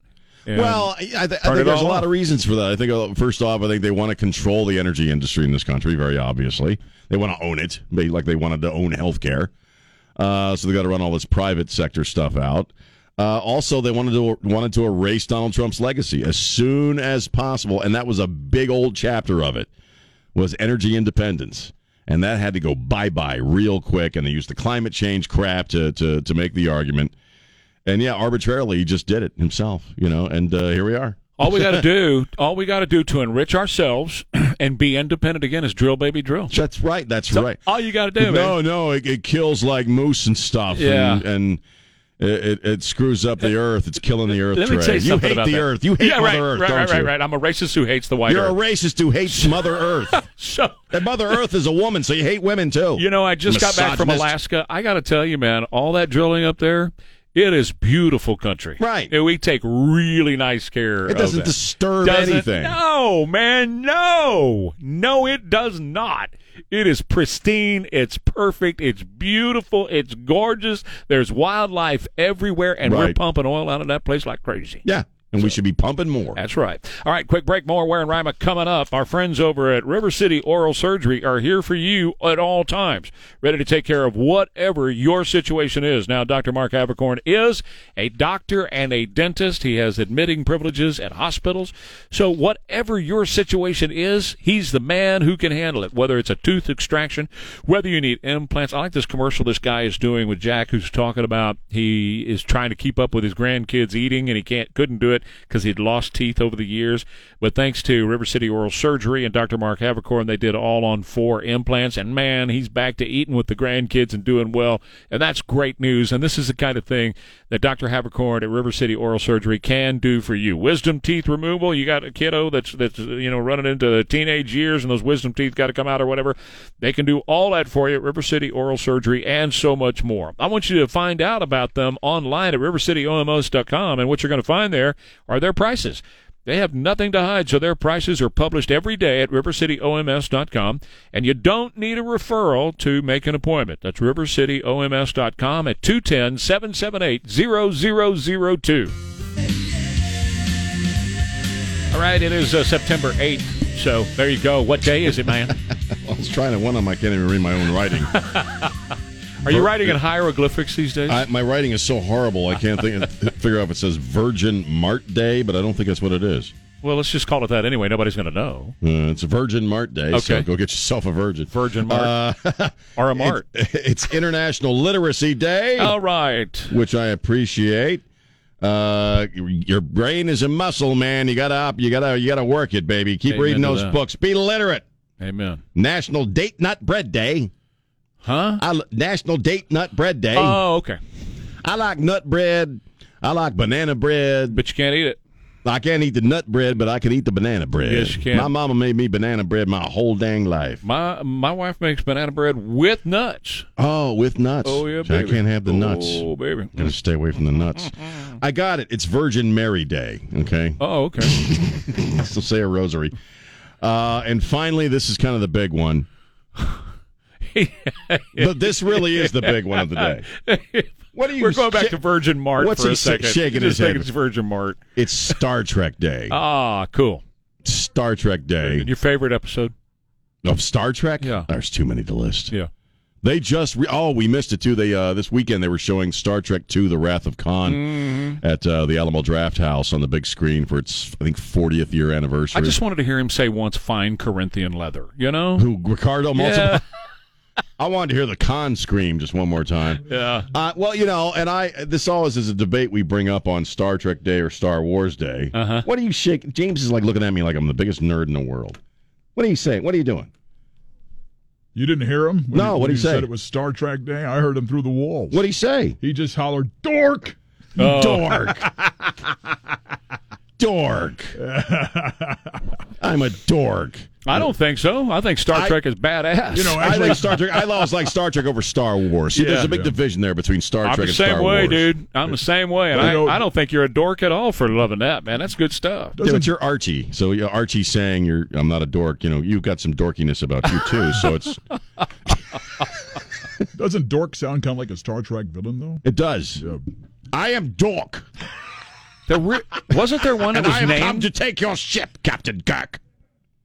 B: and-
C: well, I, I, th- I
B: Turn it
C: think there's a
B: all
C: lot
B: off.
C: of reasons for that. I think uh, first off, I think they want to control the energy industry in this country. Very obviously, they want to own it. They like they wanted to own healthcare, uh, so they got to run all this private sector stuff out. Uh, also, they wanted to wanted to erase Donald Trump's legacy as soon as possible, and that was a big old chapter of it. was energy independence. And that had to go bye bye real quick. And they used the climate change crap to, to, to make the argument. And yeah, arbitrarily, he just did it himself, you know, and uh, here we are.
B: all we got to do, all we got to do to enrich ourselves and be independent again is drill, baby, drill.
C: That's right. That's right.
B: All you got to do, man.
C: no, no, it, it kills like moose and stuff.
B: Yeah.
C: And, and it, it, it screws up the earth. It's killing the earth.
B: Let me
C: Trey.
B: tell you
C: you
B: something
C: hate
B: about
C: the
B: that.
C: earth. You hate
B: yeah, right,
C: Mother Earth,
B: right,
C: don't
B: right,
C: you?
B: right, right. I'm a racist who hates the white
C: You're a
B: earth.
C: racist who hates Mother Earth.
B: so,
C: and Mother Earth is a woman, so you hate women too.
B: you know, I just got back from
C: Misogynist.
B: Alaska. I got to tell you, man, all that drilling up there, it is beautiful country.
C: Right.
B: And we take really nice care.
C: It
B: of
C: doesn't
B: that.
C: disturb
B: Doesn't-
C: anything.
B: No, man, no, no, it does not. It is pristine. It's perfect. It's beautiful. It's gorgeous. There's wildlife everywhere, and we're
C: Right.
B: pumping oil out of that place like crazy.
C: Yeah. And we should be pumping more.
B: That's right. All right, quick break. More Ware and Rima coming up. Our friends over at River City Oral Surgery are here for you at all times, ready to take care of whatever your situation is. Now, Dr. Mark Abercorn is a doctor and a dentist. He has admitting privileges at hospitals. So, whatever your situation is, he's the man who can handle it, whether it's a tooth extraction, whether you need implants. I like this commercial this guy is doing with Jack, who's talking about he is trying to keep up with his grandkids eating, and he can't couldn't do it because he'd lost teeth over the years. But thanks to River City Oral Surgery and Dr. Mark Havercorn, they did all on four implants, and man, he's back to eating with the grandkids and doing well, and that's great news. And this is the kind of thing that Dr. Havercorn at River City Oral Surgery can do for you. Wisdom teeth removal. You got a kiddo that's that's you know running into teenage years, and those wisdom teeth got to come out or whatever. They can do all that for you at River City Oral Surgery and so much more. I want you to find out about them online at rivercityomos.com, and what you're going to find there are their prices. They have nothing to hide, so their prices are published every day at rivercityoms.com, and you don't need a referral to make an appointment. That's rivercityoms.com at 210 778 0002. All right, it is uh, September 8th, so there you go. What day is it, man?
C: I was trying to one of them. I can't even read my own writing.
B: Are you writing in hieroglyphics these days?
C: I, my writing is so horrible. I can't think figure out if it says Virgin Mart Day, but I don't think that's what it is.
B: well, let's just call it that anyway. Nobody's going to know.
C: Uh, it's Virgin Mart Day, so
B: Okay.
C: go get yourself a Virgin. Uh,
B: Virgin Mart. or a Mart. Oh.
C: It's International Literacy Day,
B: All right.
C: which I appreciate. Uh, your brain is a muscle, man. You gotta up. You gotta. You gotta work it, baby. Keep
B: Amen
C: reading
B: to
C: those
B: that.
C: books. Be literate.
B: Amen.
C: National Date Nut Bread Day.
B: Huh?
C: I, l- National Date Nut Bread Day.
B: Oh, okay.
C: I like nut bread. I like banana bread.
B: But you can't eat it.
C: I can't eat the nut bread, but I can eat the banana bread.
B: Yes, you can.
C: My mama made me banana bread my whole dang life.
B: My my wife makes banana bread with nuts.
C: Oh, with nuts.
B: Oh yeah,
C: See, I
B: baby.
C: can't have the nuts.
B: Oh baby.
C: Gotta stay away from the nuts. I got it. It's Virgin Mary Day. Okay,
B: Oh okay.
C: so say a rosary. Uh, and finally, this is kind of the big one. but this really is the big one of the day. What are you?
B: We're going back
C: sh-
B: to Virgin Mart
C: What's
B: for
C: he
B: a
C: sa-
B: second.
C: shaking his
B: Just think
C: head?
B: It's Virgin Mart.
C: It's Star Trek Day.
B: Ah, cool.
C: Star Trek Day.
B: Your favorite episode?
C: Of Star Trek?
B: Yeah.
C: There's too many to list.
B: Yeah.
C: They just re- oh we missed it too. They uh, this weekend they were showing Star Trek II: The Wrath of Khan
B: Mm-hmm.
C: at uh, the Alamo Draft House on the big screen for its I think 40th year anniversary.
B: I just wanted to hear him say once "fine Corinthian leather." You know?
C: who Ricardo
B: Yeah.
C: Montalban. I wanted to hear the Khan scream just one more time.
B: Yeah.
C: Uh, well, you know, and I this always is a debate we bring up on Star Trek Day or Star Wars Day.
B: Uh-huh.
C: What do you shake? James is like looking at me like I'm the biggest nerd in the world. What are you saying? What are you doing?
H: You didn't hear him? When
C: No,
H: he,
C: what'd
H: when
C: he say?
H: said it was Star Trek Day. I heard him through the walls.
C: What do you say?
H: He just hollered, "Dork!" Uh,
C: dork. dork. I'm a dork.
B: I don't think so. I think Star
C: I-
B: Trek is badass.
H: You know,
C: I
H: actually,
C: like Star Trek. I always like Star Trek over Star Wars. See, there's a big
H: Yeah.
C: division there between Star
B: I'm
C: Trek
B: the
C: and
B: same
C: Star
B: way,
C: Wars.
B: dude. I'm the same way, and
H: Well,
B: I,
H: you know-
B: I don't think you're a dork at all for loving that, man. That's good stuff.
C: Yeah, but you're Archie, so yeah, Archie's saying you're. I'm not a dork. You know, you've got some dorkiness about you too. So it's
H: doesn't "dork" sound kind of like a Star Trek villain, though?
C: it does.
H: Yeah.
C: I am dork,
B: There re- wasn't there one that
C: and
B: was
C: I am come
B: named?
C: to take your ship, Captain Kirk.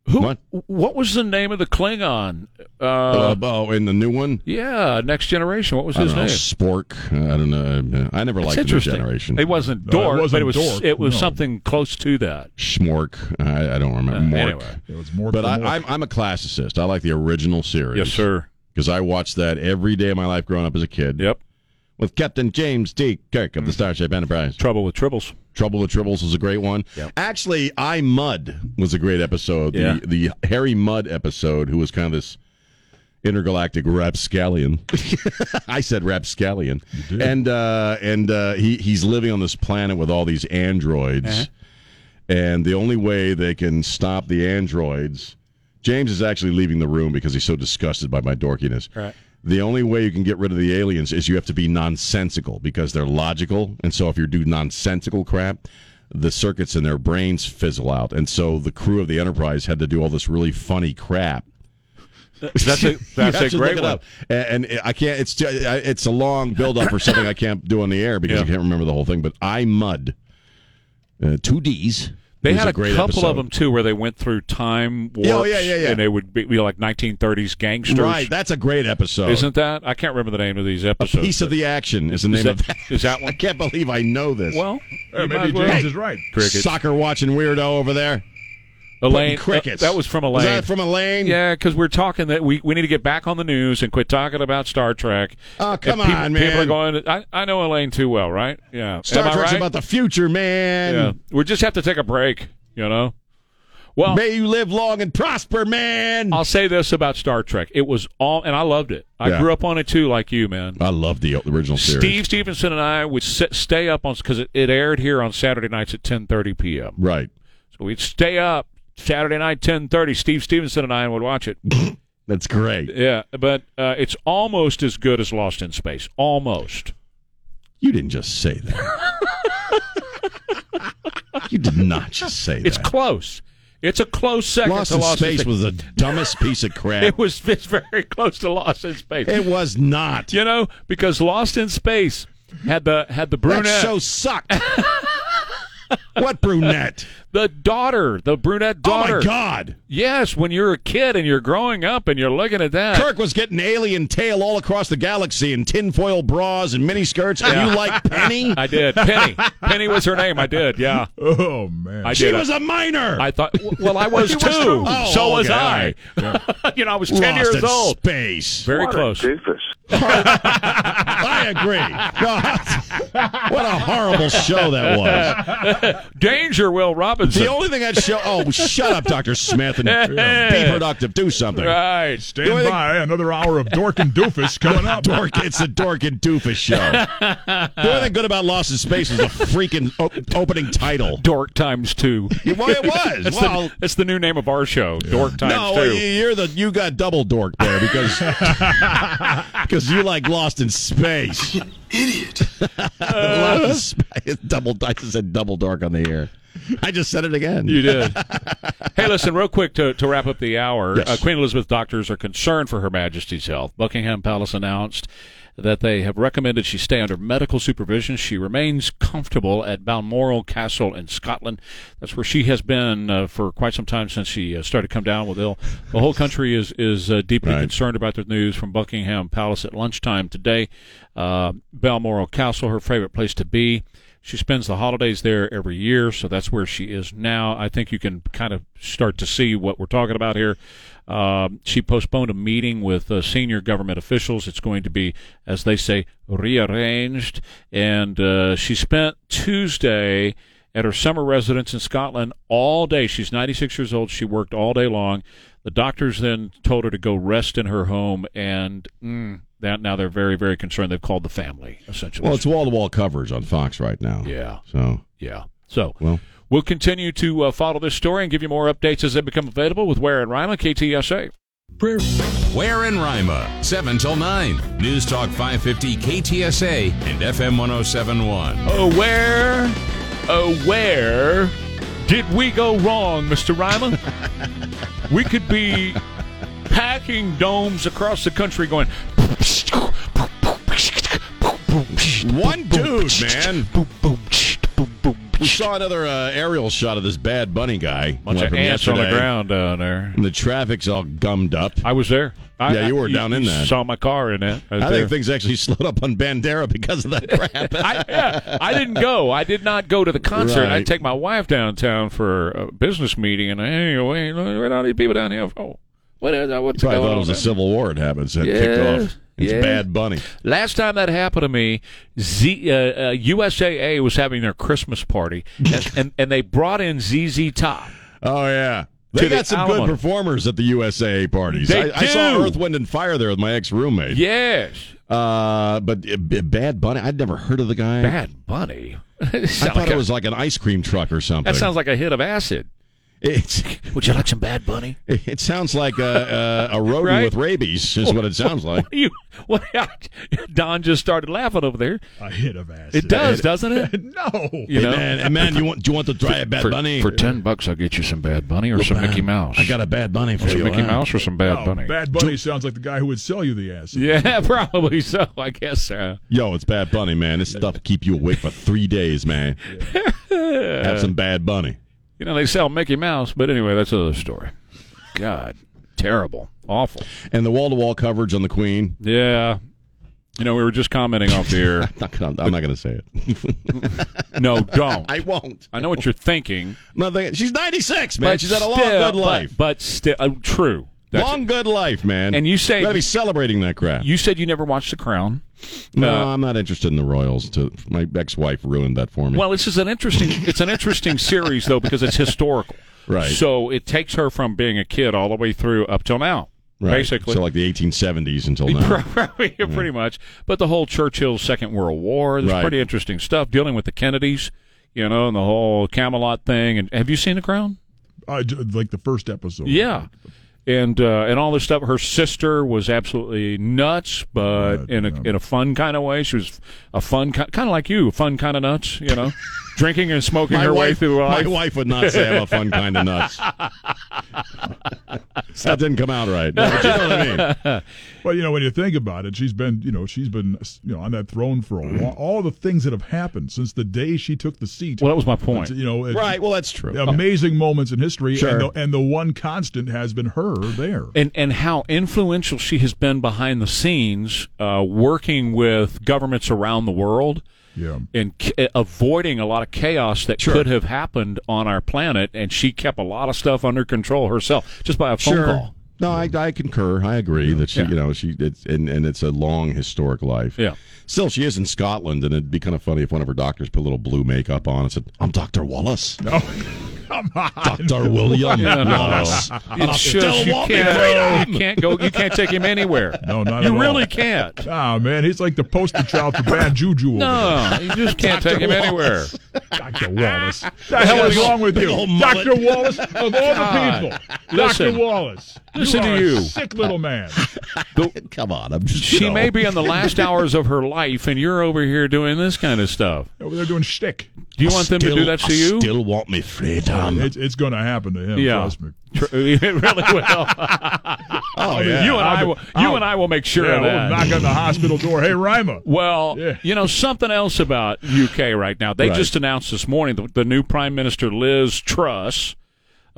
B: Who?
C: What?
B: What was the name of the Klingon? Uh,
C: Uh, oh, and the new one.
B: yeah, Next Generation. What was
C: I
B: his
C: don't know,
B: name?
C: Spork. Uh, I don't know. I never
B: It's
C: liked the new
B: interesting.
C: generation.
B: It wasn't
H: No, it
B: Dork, but it
H: wasn't
B: was
H: Dork,
B: it was
H: no.
B: something close to that.
C: Schmork. I, I don't remember. Mork.
B: Uh, anyway.
H: It was more.
C: But
H: for
C: I,
H: more.
C: I'm, I'm a classicist. I like the original series.
B: Yes, sir.
C: Because I watched that every day of my life growing up as a kid.
B: Yep.
C: With Captain James D. Kirk
B: Mm.
C: of the Starship Enterprise.
B: Trouble with Tribbles.
C: Trouble with Tribbles was a great one. Actually, I Mud was a great episode.
B: Yeah.
C: The, the Harry Mudd episode, who was kind of this intergalactic rapscallion. I said rapscallion. And uh, and uh, he he's living on this planet with all these androids.
B: Uh-huh.
C: And the only way they can stop the androids James is actually leaving the room because he's so disgusted by my dorkiness.
B: Right.
C: The only way you can get rid of the aliens is you have to be nonsensical because they're logical. And so if you do nonsensical crap, the circuits in their brains fizzle out. And so the crew of the Enterprise had to do all this really funny crap.
B: That's a that's a great one.
C: And, and I can't. It's it's a long build up for something I can't do on the air because I can't remember the whole thing. But I mud. Uh, two D's.
B: They
C: was
B: had a,
C: great
B: couple
C: episode.
B: of them too, where they went through time warps,
C: Yeah, oh, yeah, yeah, yeah.
B: and they would be, be like 1930s gangsters.
C: Right, that's a great episode.
B: Isn't that? I can't remember the name of these episodes.
C: Piece of the action is the name
B: is that,
C: of that.
B: is that
C: I
B: one?
C: can't believe I know this.
B: Well,
H: Yeah,
B: you might
H: maybe
B: as well.
H: James is right.
B: Crickets.
C: soccer watching weirdo over there.
B: Elaine,
C: crickets.
B: That, that was from Elaine.
C: Was that from Elaine?
B: Yeah, because we're talking that we, we need to get back on the news and quit talking about Star Trek.
C: Oh, come
B: And people,
C: on,
B: People
C: man.
B: are going. I, I know Elaine too well, right? Yeah.
C: Star
B: Am I
C: Trek's
B: right?
C: about the future, man.
B: Yeah. We just have to take a break. You know. Well,
C: May you live long and prosper, man.
B: I'll say this about Star Trek: it was all, and I loved it. I
C: Yeah. Oh,
B: grew up on it too, like you, man.
C: I love the original series.
B: Steve Stevenson and I would sit, stay up on because it, it aired here on Saturday nights at 10:30 p.m.
C: Right.
B: So we'd stay up Saturday night 10:30. Steve Stevenson and I would watch it.
C: That's great.
B: Yeah, but uh, it's almost as good as Lost in Space. Almost.
C: You didn't just say that. You did not just say that.
B: It's close. It's a close second
C: Lost
B: to
C: in
B: Lost
C: Space
B: in
C: was the dumbest piece of crap.
B: It was it's very close to Lost in Space.
C: It was not.
B: you know, because Lost in Space had the had the brunette,
C: That show sucked. what brunette?
B: the daughter, the brunette daughter.
C: Oh my God!
B: Yes, when you're a kid and you're growing up and you're looking at that.
C: Kirk was getting alien tail all across the galaxy in tinfoil bras and miniskirts, and you like Penny?
B: I did. Penny. Penny was her name. I did. Yeah.
H: Oh man.
B: I
C: she
B: did.
C: was a minor.
B: I thought. Well, I was too.
C: Oh,
B: so was
C: okay, all
B: I.
C: right.
B: you know, I was
C: Lost
B: ten years
C: in
B: old.
C: Space.
B: Very close.
C: I agree. No, what a horrible show that was.
B: Danger, Will Robinson.
C: The only thing that show. Oh, shut up, Doctor Smith, and be productive. Do something.
B: right.
H: Stand
C: only thing-
H: by. Another hour of Dork and Doofus coming up.
C: Dork, it's the Dork and Doofus show. the only thing good about Lost in Space was the freaking o- opening title.
B: Dork times two.
C: Well, it was.
B: That's,
C: well,
B: the, that's the new name of our show. Dork times
C: no,
B: two.
C: well, you're the you got double dork there because because you like Lost in Space. Idiot. Lost in Space. Double. I just said double dork on the air. I just said it again.
B: You did. hey, listen, real quick to, to wrap up the hour.
C: Yes.
B: Uh, Queen Elizabeth doctors are concerned for Her Majesty's health. Buckingham Palace announced that they have recommended she stay under medical supervision. She remains comfortable at Balmoral Castle in Scotland. That's where she has been uh, for quite some time since she uh, started to come down with ill. The whole country is is uh, deeply
C: Right.
B: concerned about the news from Buckingham Palace at lunchtime today. Uh, Balmoral Castle, her favorite place to be. She spends the holidays there every year, so that's where she is now. I think you can kind of start to see what we're talking about here. Um, she postponed a meeting with uh, senior government officials. It's going to be, as they say, rearranged. And uh, she spent Tuesday at her summer residence in Scotland all day. She's 96 years old. She worked all day long. The doctors then told her to go rest in her home, and mm, that now they're very, very concerned. They've called the family essentially.
C: Well, it's wall to wall coverage on Fox right now.
B: yeah,
C: So
B: yeah. So
C: well,
B: we'll continue to uh, follow this story and give you more updates as they become available with Ware and Ryman, KTSA.
A: Where in Rima, 7 till 9. News Talk 550 KTSA and FM 1071.
B: Oh, where, oh, where did we go wrong, Mr. Ryman? we could be packing domes across the country going.
C: one dude, man. We saw another uh, aerial shot of this bad bunny guy.
B: Bunch of
C: from
B: ants on the
C: yesterday,
B: ground down there.
C: And the traffic's all gummed up.
B: I was there. I,
C: Yeah, you
B: I-
C: were down in
B: you
C: that.
B: Saw my car in that. I, was
C: I
B: there.
C: think things actually slowed up on Bandera because of that crap.
B: I, yeah, I didn't go. I did not go to the concert. I
C: Right.
B: take my wife downtown for a business meeting, and anyway, look at all these people down here. Oh, what is that? What's
C: Probably
B: going
C: thought it
B: on?
C: was a
B: down-
C: Civil War it happened. So it
B: Yeah,
C: kicked off. It's
B: yeah.
C: Bad Bunny.
B: Last time that happened to me, Z, uh, uh, USAA was having their Christmas party, and, and, and they brought in ZZ Top.
C: Oh yeah. They
B: To the
C: got some good
B: Alamo.
C: performers at the USA parties.
B: They
C: I, I saw
B: do.
C: Earth, Wind, and Fire there with my ex roommate.
B: Yes,
C: Uh, but uh, B- Bad Bunny, I'd never heard of the guy.
B: Bad Bunny. I
C: I thought it was like an ice cream truck or something.
B: that sounds like a hit of acid.
C: It's,
B: Would you like some Bad Bunny?
C: it sounds like a, a, a rodent
B: Right?
C: with rabies is what it sounds like.
B: You, what, Don just started laughing over there.
H: A hit of acid.
B: It does, doesn't it?
H: No.
B: You
C: hey,
B: know,
C: man, hey, man, you want do you want to try a Bad
B: for,
C: Bunny?
B: for ten bucks, I'll get you some Bad Bunny or some
C: Man,
B: Mickey Mouse.
C: I got a Bad Bunny for
B: some
C: you.
B: Mickey
C: huh?
B: Mouse or some Bad
H: Oh,
B: Bunny.
H: Bad Bunny sounds like the guy who would sell you the acid.
B: yeah, probably so. I guess uh, so.
C: Yo, it's Bad Bunny, man. This stuff keep you awake for three days, man. Have some Bad Bunny.
B: You know, they sell Mickey Mouse, but anyway, that's another story. God, terrible, awful.
C: And the wall to wall coverage on the Queen.
B: Yeah. You know, we were just commenting off the air.
C: Not gonna, I'm not going to say it.
B: No, don't.
C: I won't.
B: I know what you're thinking.
C: Nothing. She's 96, man.
B: but
C: She's had a long,
B: still-
C: good
B: but-
C: life.
B: But, still, uh, true. That's
C: long, good life, man.
B: And you say-
C: got to be celebrating that crap.
B: You said you never watched The Crown.
C: no,
B: uh,
C: I'm not interested in the Royals. To my ex-wife ruined that for me.
B: Well, this is an interesting. It's an interesting series though because it's historical.
C: Right.
B: So it takes her from being a kid all the way through up till now.
C: right.
B: Basically.
C: so like the 1870s until now.
B: Probably, pretty much. But the whole Churchill Second World War. There's
C: Right.
B: pretty interesting stuff dealing with the Kennedys. You know, and the whole Camelot thing. And have you seen The Crown?
H: I, ju- like the first episode.
B: Yeah. and uh, and all this stuff. Her sister was absolutely nuts, but in a in a fun kind of way. She was a fun kind, kind of like you, fun kind of nuts. You know, drinking and smoking
C: My
B: her way
C: wife,
B: through life.
C: my wife would not say I'm a fun kind of nuts. that didn't come out right. No, but you know what I mean.
H: Well, you know, when you think about it, she's been, you know, she's been, you know, on that throne for a while. All the things that have happened since the day she took the seat.
B: Well, that was my point.
H: You know, it's
C: Right. Well, that's true.
H: Amazing moments in history,
C: Sure.
H: and, the, and the one constant has been her there.
B: and and how influential she has been behind the scenes, uh, working with governments around the world,
H: Yeah.
B: and ca- avoiding a lot of chaos that could have happened on our planet. And she kept a lot of stuff under control herself just by a phone call.
C: No, I, I concur. I agree that she, you know, she, it's, and, and it's a long historic life.
B: Yeah.
C: Still, she is in Scotland, and it'd be kind of funny if one of her doctors put a little blue makeup on and said, "I'm Doctor Wallace." No, Doctor William Wallace.
B: It's just, you, can't, you can't go. You can't take him anywhere.
H: No, not
B: you
H: at all.
B: really can't.
H: Ah, man, he's like the poster child for bad juju. over
B: No, you just can't take him anywhere.
H: there. Dr. Wallace. What the hell is wrong with you? Dr. Wallace, of all the people,
B: Listen.
H: Dr. Wallace.
B: Listen
H: you
B: to
H: are
B: you.
H: A sick little man.
C: Come on, I'm just.
B: She
C: you know.
B: may be in the last hours of her life, and you're over here doing this kind of stuff.
H: Over there doing shtick.
B: Do you want them to
C: Still-
B: do that to
C: I
B: you? Oh,
C: Still want me freedom?
H: It's, it's going to happen to him,
B: Yeah.
H: trust me.
B: Tr- it really will.
C: oh
B: You and I,
H: I'll-
B: will, you
H: I'll-
B: and I will make sure
H: Yeah,
B: of
H: we'll
B: that.
H: knock on the hospital door. Hey, Rima.
B: well,
H: Yeah.
B: you know something else about UK right now. They
C: Right.
B: just announced this morning the, the new Prime Minister Liz Truss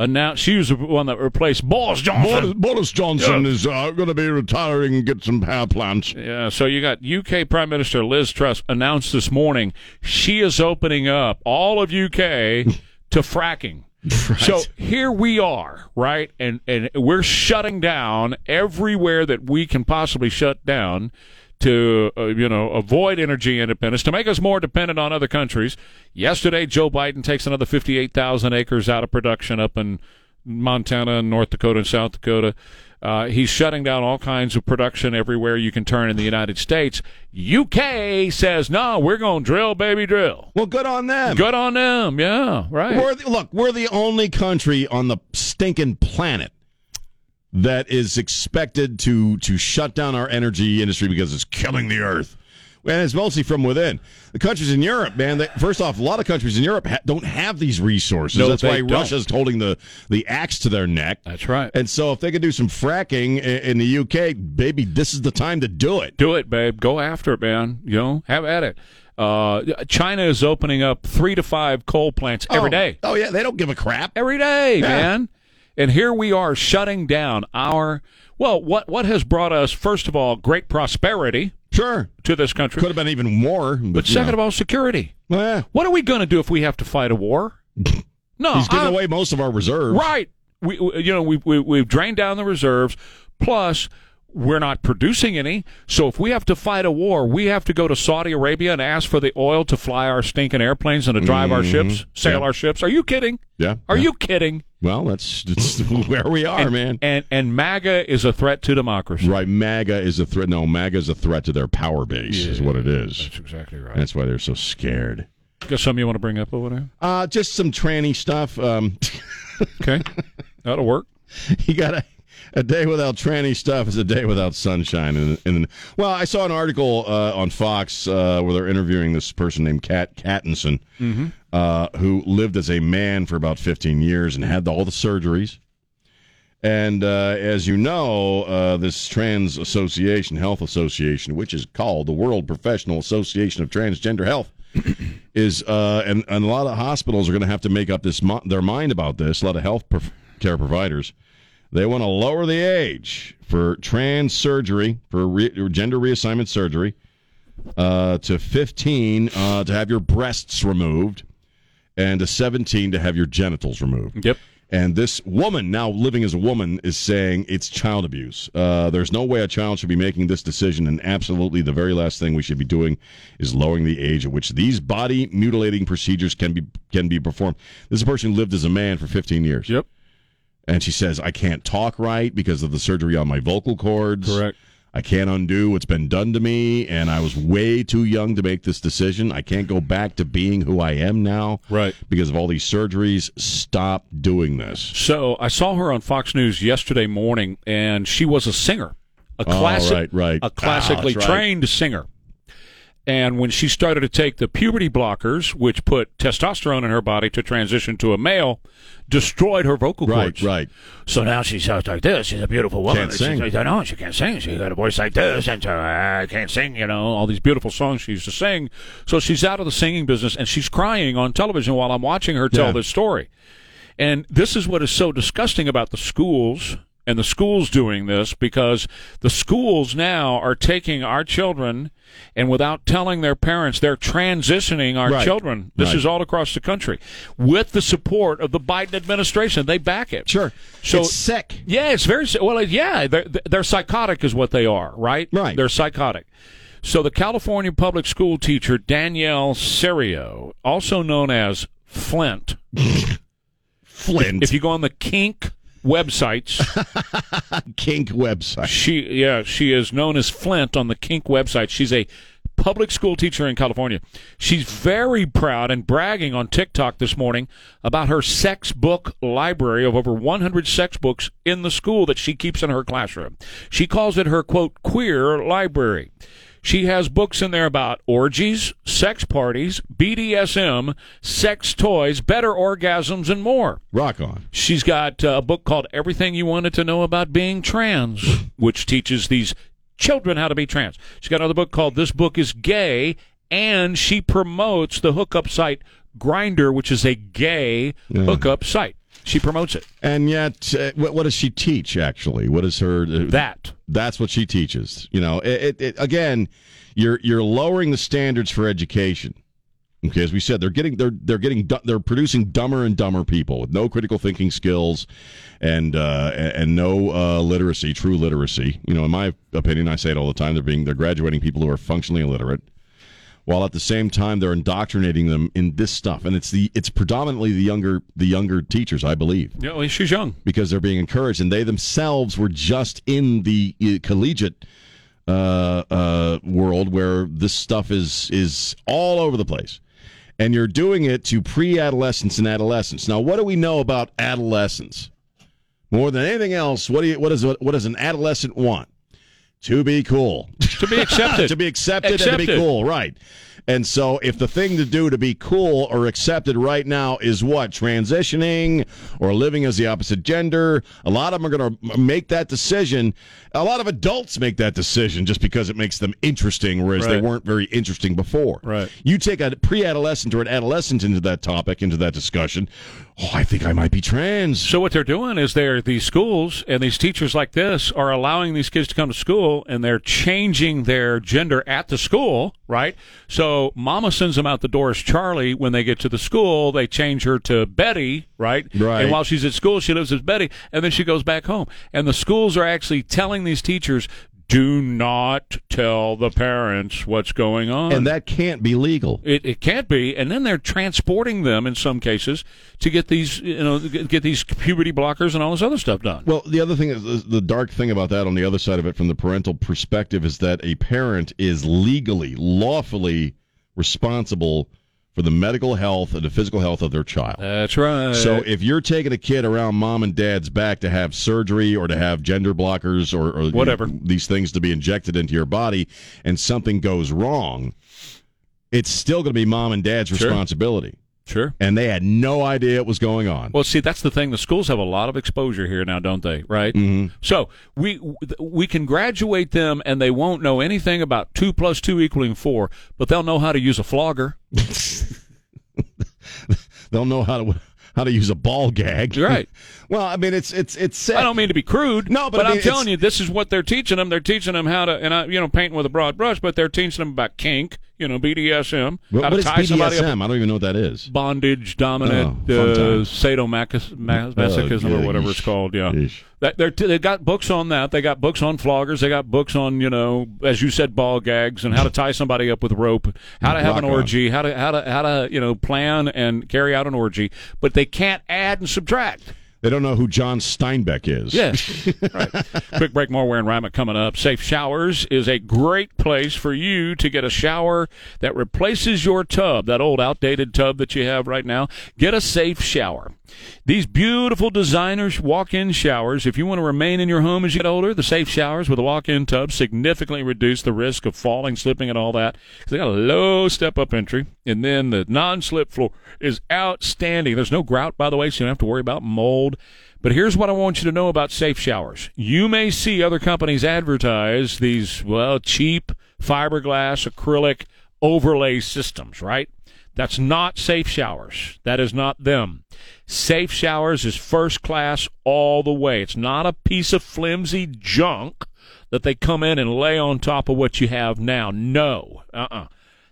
B: announced she was the one that replaced Boris
C: Boris,
B: Johnson.
C: Boris Johnson is uh, going to be retiring and get some power plants.
B: Yeah, so you got UK Prime Minister Liz Truss announced this morning she is opening up all of UK to fracking. So here we are, right? And and we're shutting down everywhere that we can possibly shut down to uh, you know avoid energy independence to make us more dependent on other countries. Yesterday Joe Biden takes another 58,000 acres out of production up in Montana and North Dakota and South Dakota. Uh, he's shutting down all kinds of production everywhere you can turn in the United States. UK says, "No, we're going to drill, baby, drill."
C: Well, good on them.
B: Good on them. Yeah, right.
C: We're the, look, we're the only country on the stinking planet that is expected to to shut down our energy industry because it's killing the earth. And it's mostly from within. The countries in Europe, man. They, first off, a lot of countries in Europe ha- don't have these resources.
B: No,
C: That's
B: they
C: why
B: don't.
C: Russia's holding the, the axe to their neck.
B: That's right.
C: And so, if they could do some fracking in, in the UK, baby, this is the time to do it.
B: Do it, babe. Go after it, man. You know, have at it. Uh, China is opening up three to five coal plants every day.
C: Oh, oh, yeah, they don't give a crap.
B: Every day, man. And here we are shutting down our well. What what has brought us first of all great prosperity
C: Sure,
B: to this country,
C: could have been even more. But,
B: but second of all security.
C: all, yeah,
B: What are we going to do if we have to fight a war? No,
C: he's giving
B: I'm-
C: away most of our reserves.
B: Right. We, we- you know, we, we, we've drained down the reserves. Plus, we're not producing any. So if we have to fight a war, we have to go to Saudi Arabia and ask for the oil to fly our stinking airplanes and to drive our
C: Mm-hmm.
B: ships, sail
C: Yeah.
B: our ships. Are you kidding?
C: Yeah.
B: Are
C: yeah.
B: you kidding?
C: Well, that's, that's where we are, man.
B: And and MAGA is a threat to democracy.
C: right. MAGA is a threat. No, MAGA is a threat to their power base, is what it is. That's
B: exactly right.
C: That's why they're so scared.
B: Got something you want to bring up over there?
C: Uh, just some tranny stuff. Um,
B: Okay, that'll work.
C: you got a, a day without tranny stuff is a day without sunshine. And, and well, I saw an article uh, on Fox uh, where they're interviewing this person named Kat Kattinson,
B: Mm-hmm.
C: uh, who lived as a man for about 15 years and had all the surgeries. And uh, as you know, uh, this trans association, health association, which is called the World Professional Association of Transgender Health, is uh, and, and a lot of hospitals are going to have to make up this mi- their mind about this. A lot of health pro- care providers they want to lower the age for trans surgery for re- gender reassignment surgery uh, to 15 uh, to have your breasts removed, and to 17 to have your genitals removed.
B: Yep.
C: And this woman, now living as a woman, is saying it's child abuse. Uh, there's no way a child should be making this decision, and absolutely the very last thing we should be doing is lowering the age at which these body mutilating procedures can be can be performed. This is a person who lived as a man for 15 years.
B: Yep.
C: And she says I can't talk right because of the surgery on my vocal cords.
B: Correct.
C: I can't undo what's been done to me, and I was way too young to make this decision. I can't go back to being who I am now,
B: Right.
C: Because of all these surgeries. Stop doing this.
B: So I saw her on Fox News yesterday morning, and she was a singer, a
C: Oh,
B: classic,
C: right, right.
B: a classically
C: Ah, that's right.
B: trained singer. And when she started to take the puberty blockers, which put testosterone in her body to transition to a male, destroyed her vocal cords.
C: Right, right.
B: So now she sounds like this. She's a beautiful woman.
C: Can't sing.
B: She, no, she can't sing. She got a voice like this, and so "Ah, I can't sing. You know all these beautiful songs she used to sing. So she's out of the singing business, and she's crying on television while I'm watching her tell
C: Yeah.
B: this story. And this is what is so disgusting about the schools and the schools doing this because the schools now are taking our children and without telling their parents, they're transitioning our
C: Right.
B: children. This
C: Right.
B: is all across the country with the support of the Biden administration. They back it.
C: Sure.
B: So
C: it's sick.
B: yeah, it's very well. Yeah, they're they're psychotic, is what they are, right?
C: Right.
B: They're psychotic. So the California public school teacher Danielle Serio, also known as Flint,
C: Flint
B: if you go on the kink websites,
C: kink website.
B: she yeah she is known as Flint on the kink website. She's a public school teacher in California. She's very proud and bragging on TikTok this morning about her sex book library of over 100 sex books in the school that she keeps in her classroom. She calls it her quote queer library. She has books in there about orgies, sex parties, BDSM, sex toys, better orgasms, and more.
C: Rock on.
B: She's got uh, a book called Everything You Wanted to Know About Being Trans, which teaches these children how to be trans. She's got another book called This Book is Gay, and she promotes the hookup site Grinder, which is a gay hookup site. She promotes it.
C: And yet, uh, what, what does she teach? Actually, what is her uh,
B: That.
C: That's what she teaches. You know, it, it, it again, you're you're lowering the standards for education. Okay, as we said, they're getting they're they're getting du- they're producing dumber and dumber people with no critical thinking skills, and uh, and, and no uh, literacy, true literacy. You know, in my opinion, I say it all the time. They're being they're graduating people who are functionally illiterate, while at the same time they're indoctrinating them in this stuff. And it's the it's predominantly the younger the younger teachers, I believe
B: You know, she's young.
C: because they're being encouraged, and they themselves were just in the uh, collegiate uh, uh, world where this stuff is is all over the place, and you're doing it to pre-adolescence and adolescence. Now, what do we know about adolescence? More than anything else, what do you, what does what does an adolescent want? To be cool,
B: To be accepted.
C: to be accepted, and to
B: Accepted.
C: be cool, right? And so, if the thing to do to be cool or accepted right now is what transitioning or living as the opposite gender, a lot of them are going to make that decision. A lot of adults make that decision just because it makes them interesting, whereas they
B: Right.
C: weren't very interesting before.
B: Right.
C: You take a pre-adolescent or an adolescent into that topic, into that discussion. Oh, I think I might be trans.
B: So what they're doing is they're these schools and these teachers like this are allowing these kids to come to school and they're changing their gender at the school, right? So mama sends them out the door as Charlie. When they get to the school, they change her to Betty, right?
C: Right.
B: And while she's at school, she lives as Betty, and then she goes back home. And the schools are actually telling these teachers, do not tell the parents what's going on.
C: and that can't be legal.
B: It, it can't be, and then they're transporting them in some cases to get these, you know, get get these puberty blockers and all this other stuff done.
C: Well, the other thing is is the dark thing about that on the other side of it from the parental perspective is that a parent is legally, lawfully responsible for the medical health and the physical health of their child.
B: That's right.
C: so if you're taking a kid around mom and dad's back to have surgery or to have gender blockers or, or
B: Whatever.
C: these things to be injected into your body and something goes wrong, it's still going to be mom and dad's responsibility.
B: sure.
C: And they had no idea it was going on.
B: Well, see, that's the thing. The schools have a lot of exposure here now, don't they? Right. Mm-hmm. So we we can graduate them, and they won't know anything about two plus two equaling four, but they'll know how to use a flogger.
C: They'll know how to how to use a ball gag.
B: Right.
C: well, I mean, it's it's it's sick.
B: I don't mean to be crude.
C: No, but I mean,
B: I'm telling
C: it's-
B: you, this is what they're teaching them. They're teaching them how to, and I, you know, painting with a broad brush, but they're teaching them about kink, you know, BDSM,
C: What- what
B: how to
C: is
B: tie somebody up
C: BDSM? I don't even know what that is.
B: bondage dominant
C: Oh, fun
B: uh,
C: times.
B: sadomasochism
C: Oh,
B: or whatever
C: yeesh.
B: it's called yeah
C: Yeesh.
B: that, they're t- they got books on that they got books on floggers they got books on you know as you said ball gags and how to tie somebody up with rope how to have
C: Rock
B: an
C: on.
B: orgy how to how to how to you know plan and carry out an orgy but they can't add and subtract
C: They don't know who John Steinbeck is.
B: Yes. All right. Quick break. More wearing Rima coming up. Safe Showers is a great place for you to get a shower that replaces your tub, that old outdated tub that you have right now. Get a safe shower. These beautiful designers walk-in showers. If you want to remain in your home as you get older, the safe showers with a walk-in tub significantly reduce the risk of falling, slipping, and all that. 'Cause They got a low step-up entry, and then the non-slip floor is outstanding. There's no grout, by the way, so you don't have to worry about mold. But here's what I want you to know about safe showers. You may see other companies advertise these, well, cheap fiberglass, acrylic overlay systems, right? That's not safe showers. That is not them. Safe showers is first class all the way. It's not a piece of flimsy junk that they come in and lay on top of what you have now. No. Uh uh-uh. uh.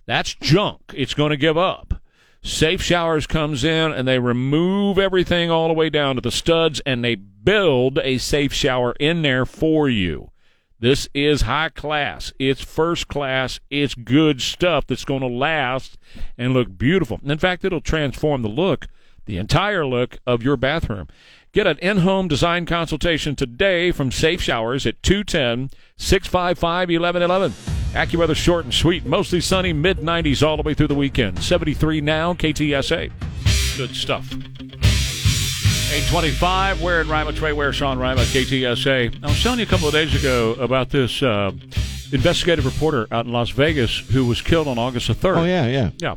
B: That's junk. It's going to give up. Safe Showers comes in and they remove everything all the way down to the studs and they build a safe shower in there for you. This is high class. It's first class. It's good stuff that's going to last and look beautiful. In fact, it'll transform the look, the entire look of your bathroom. Get an in home design consultation today from Safe Showers at 210 655 1111. AccuWeather short and sweet, mostly sunny, mid 90s all the way through the weekend. 73 now, KTSA. Good stuff. 825, where in Rima, Trey Ware, Sean Rima, KTSA. I was telling you a couple of days ago about this uh, investigative reporter out in Las Vegas who was killed on August the 3rd.
C: Oh yeah, yeah.
B: Yeah.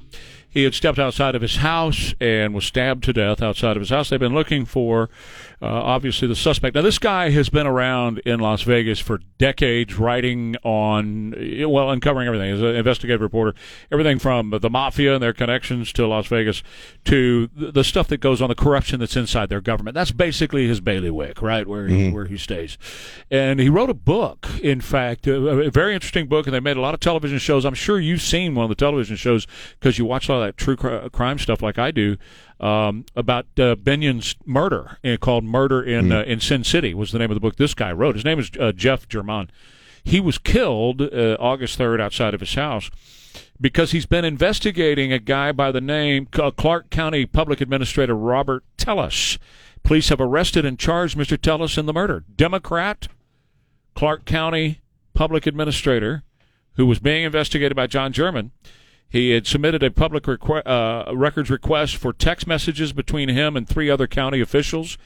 B: He had stepped outside of his house and was stabbed to death outside of his house. They've been looking for, uh, obviously, the suspect. Now, this guy has been around in Las Vegas for decades, writing on, well, uncovering everything. He's an investigative reporter. Everything from the mafia and their connections to Las Vegas to th- the stuff that goes on, the corruption that's inside their government. That's basically his bailiwick, right, where, he, where he stays. And he wrote a book, in fact, a, a very interesting book, and they made a lot of television shows. I'm sure you've seen one of the television shows because you watch a lot of that true cri- crime stuff like I do um, about uh, Benyon's murder uh, called Murder in uh, in Sin City was the name of the book this guy wrote. His name is uh, Jeff German. He was killed uh, August 3rd outside of his house because he's been investigating a guy by the name uh, Clark County Public Administrator Robert Tellus. Police have arrested and charged Mr. Tellus in the murder. Democrat, Clark County Public Administrator, who was being investigated by John German. He had submitted a public requ- uh, records request for text messages between him and three other county officials.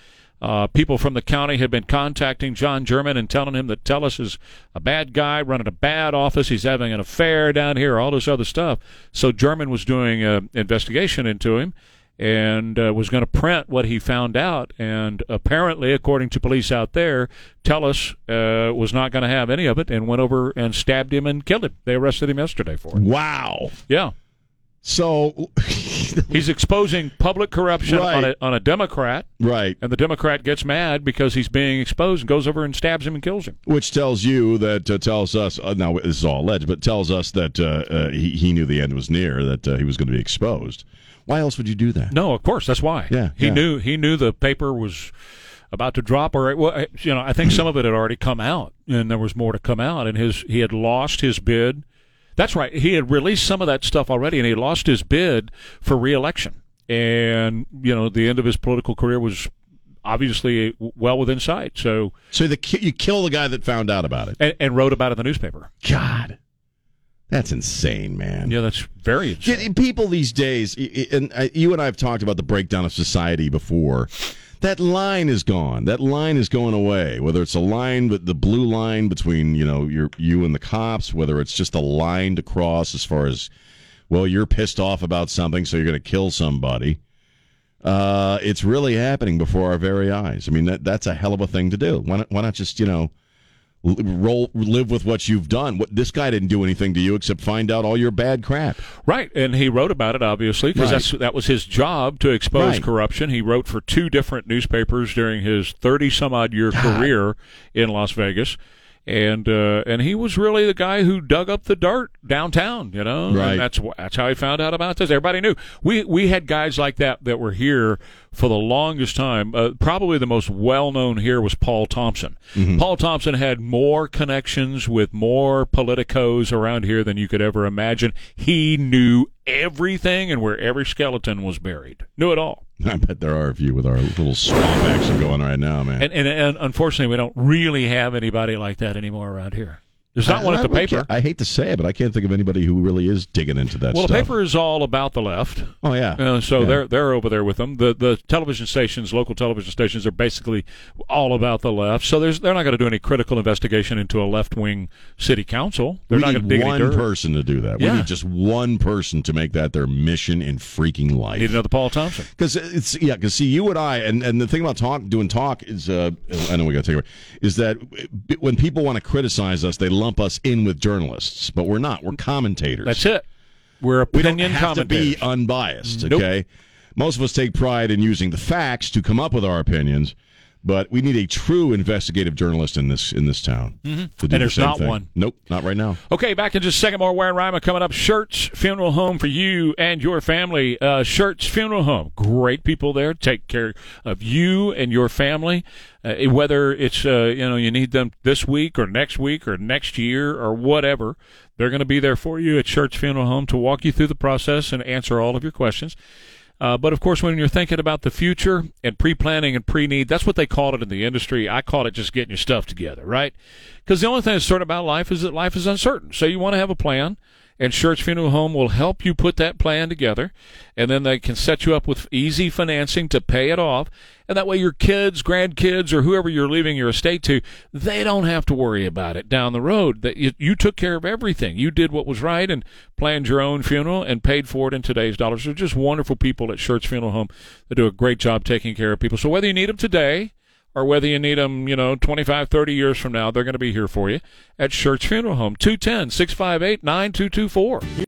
B: Uh, people from the county had been contacting John German and telling him that Tellus is a bad guy, running a bad office, he's having an affair down here, all this other stuff. So German was doing an investigation into him and uh, was going to print what he found out. And apparently, according to police out there, Tellus uh, was not going to have any of it and went over and stabbed him and killed him. They arrested him yesterday for it.
C: Wow.
B: Yeah.
C: So
B: He's exposing public corruption on, a,
C: Right.
B: on a Democrat,
C: right,
B: and the Democrat gets mad because he's being exposed and goes over and stabs him and kills him.
C: which tells you that uh, tells us uh, now this is all alleged, but tells us that uh, uh, he, he knew the end was near, that uh, he was going to be exposed. Why else would you do that?
B: No, of course, that's why.
C: Yeah,
B: he
C: yeah.
B: knew he knew the paper was about to drop, or it, well, you know, I think some of it had already come out, and there was more to come out, and his he had lost his bid. That's right, he had released some of that stuff already, and he lost his bid for reelection, and you know, the end of his political career was obviously well within sight. So,
C: So the ki- you kill the guy that found out about it.
B: and, and wrote about it in the newspaper.
C: God, that's insane, man.
B: Yeah, that's very
C: Yeah,
B: interesting.
C: and people these days, y- y- and I- you and I have talked about the breakdown of society before. That line is gone. That line is going away. Whether it's a line, but the blue line between you know your you and the cops, whether it's just a line to cross as far as well, you're pissed off about something, so you're going to kill somebody. Uh, it's really happening before our very eyes. I mean, that that's a hell of a thing to do. Why not, why not just you know l- roll live with what you've done? What this guy didn't do anything to you except find out all your bad crap.
B: Right, and he wrote about it obviously because
C: Right.
B: that's that was his job to expose
C: Right.
B: corruption. He wrote for two different newspapers during his thirty some odd year career in Las Vegas, and uh, and he was really the guy who dug up the dirt downtown. You know,
C: Right.
B: and that's wh- that's how he found out about this. Everybody knew we we had guys like that that were here for the longest time. Uh, probably the most well known here was Paul Thompson. Paul Thompson had more connections with more politicos around here than you could ever imagine. He knew everything and where every skeleton was buried. Knew it all.
C: I bet there are a few with our little swamp action going right now, man.
B: And, and and unfortunately, we don't really have anybody like that anymore around here. There's not one at the
C: I- I
B: paper.
C: can't- I hate to say it, but I can't think of anybody who really is digging into that
B: Well, the
C: stuff.
B: paper is all about the left.
C: Oh yeah.
B: Uh, so
C: Yeah.
B: they're they're over there with them. The the television stations, local television stations, are basically all about the left. So there's they're not going to do any critical investigation into a left wing city council. They're
C: we
B: not going to
C: need
B: dig
C: one
B: any dirt.
C: person to do that.
B: Yeah.
C: We need just one person to make that their mission in freaking life.
B: Need another Paul Thompson.
C: Because it's yeah, because see, you and I, and, and the thing about talk doing talk is, uh, I know we got to take it, is that b- when people want to criticize us, they lump us in with journalists, but we're not. We're commentators.
B: That's it. We're
C: We don't
B: opinion
C: have to
B: commentators.
C: be unbiased.
B: Nope.
C: Okay, most of us take pride in using the facts to come up with our opinions, but we need a true investigative journalist in this in this town. Mm-hmm. To do the
B: there's
C: same
B: not
C: thing.
B: one.
C: Nope, not right now.
B: Okay, back in just a second. More Ware and Rima coming up. Shirts Funeral Home for you and your family. Uh, Shirts Funeral Home. Great people there. Take care of you and your family. Uh, whether it's uh, you know you need them this week or next week or next year or whatever, they're going to be there for you at Shirts Funeral Home to walk you through the process and answer all of your questions. Uh, but of course, when you're thinking about the future and pre planning and pre need, that's what they called it in the industry. I call it just getting your stuff together, right? Because the only thing that's certain about life is that life is uncertain. So you want to have a plan, and Church Funeral Home will help you put that plan together, and then they can set you up with easy financing to pay it off. And that way, your kids, grandkids, or whoever you're leaving your estate to, they don't have to worry about it down the road. That you, you took care of everything. You did what was right and planned your own funeral and paid for it in today's dollars. They're just wonderful people at Shirts Funeral Home that do a great job taking care of people. So whether you need them today or whether you need them, you know, 25, 30 years from now, they're going to be here for you at Shirts Funeral Home, 210 658 9224.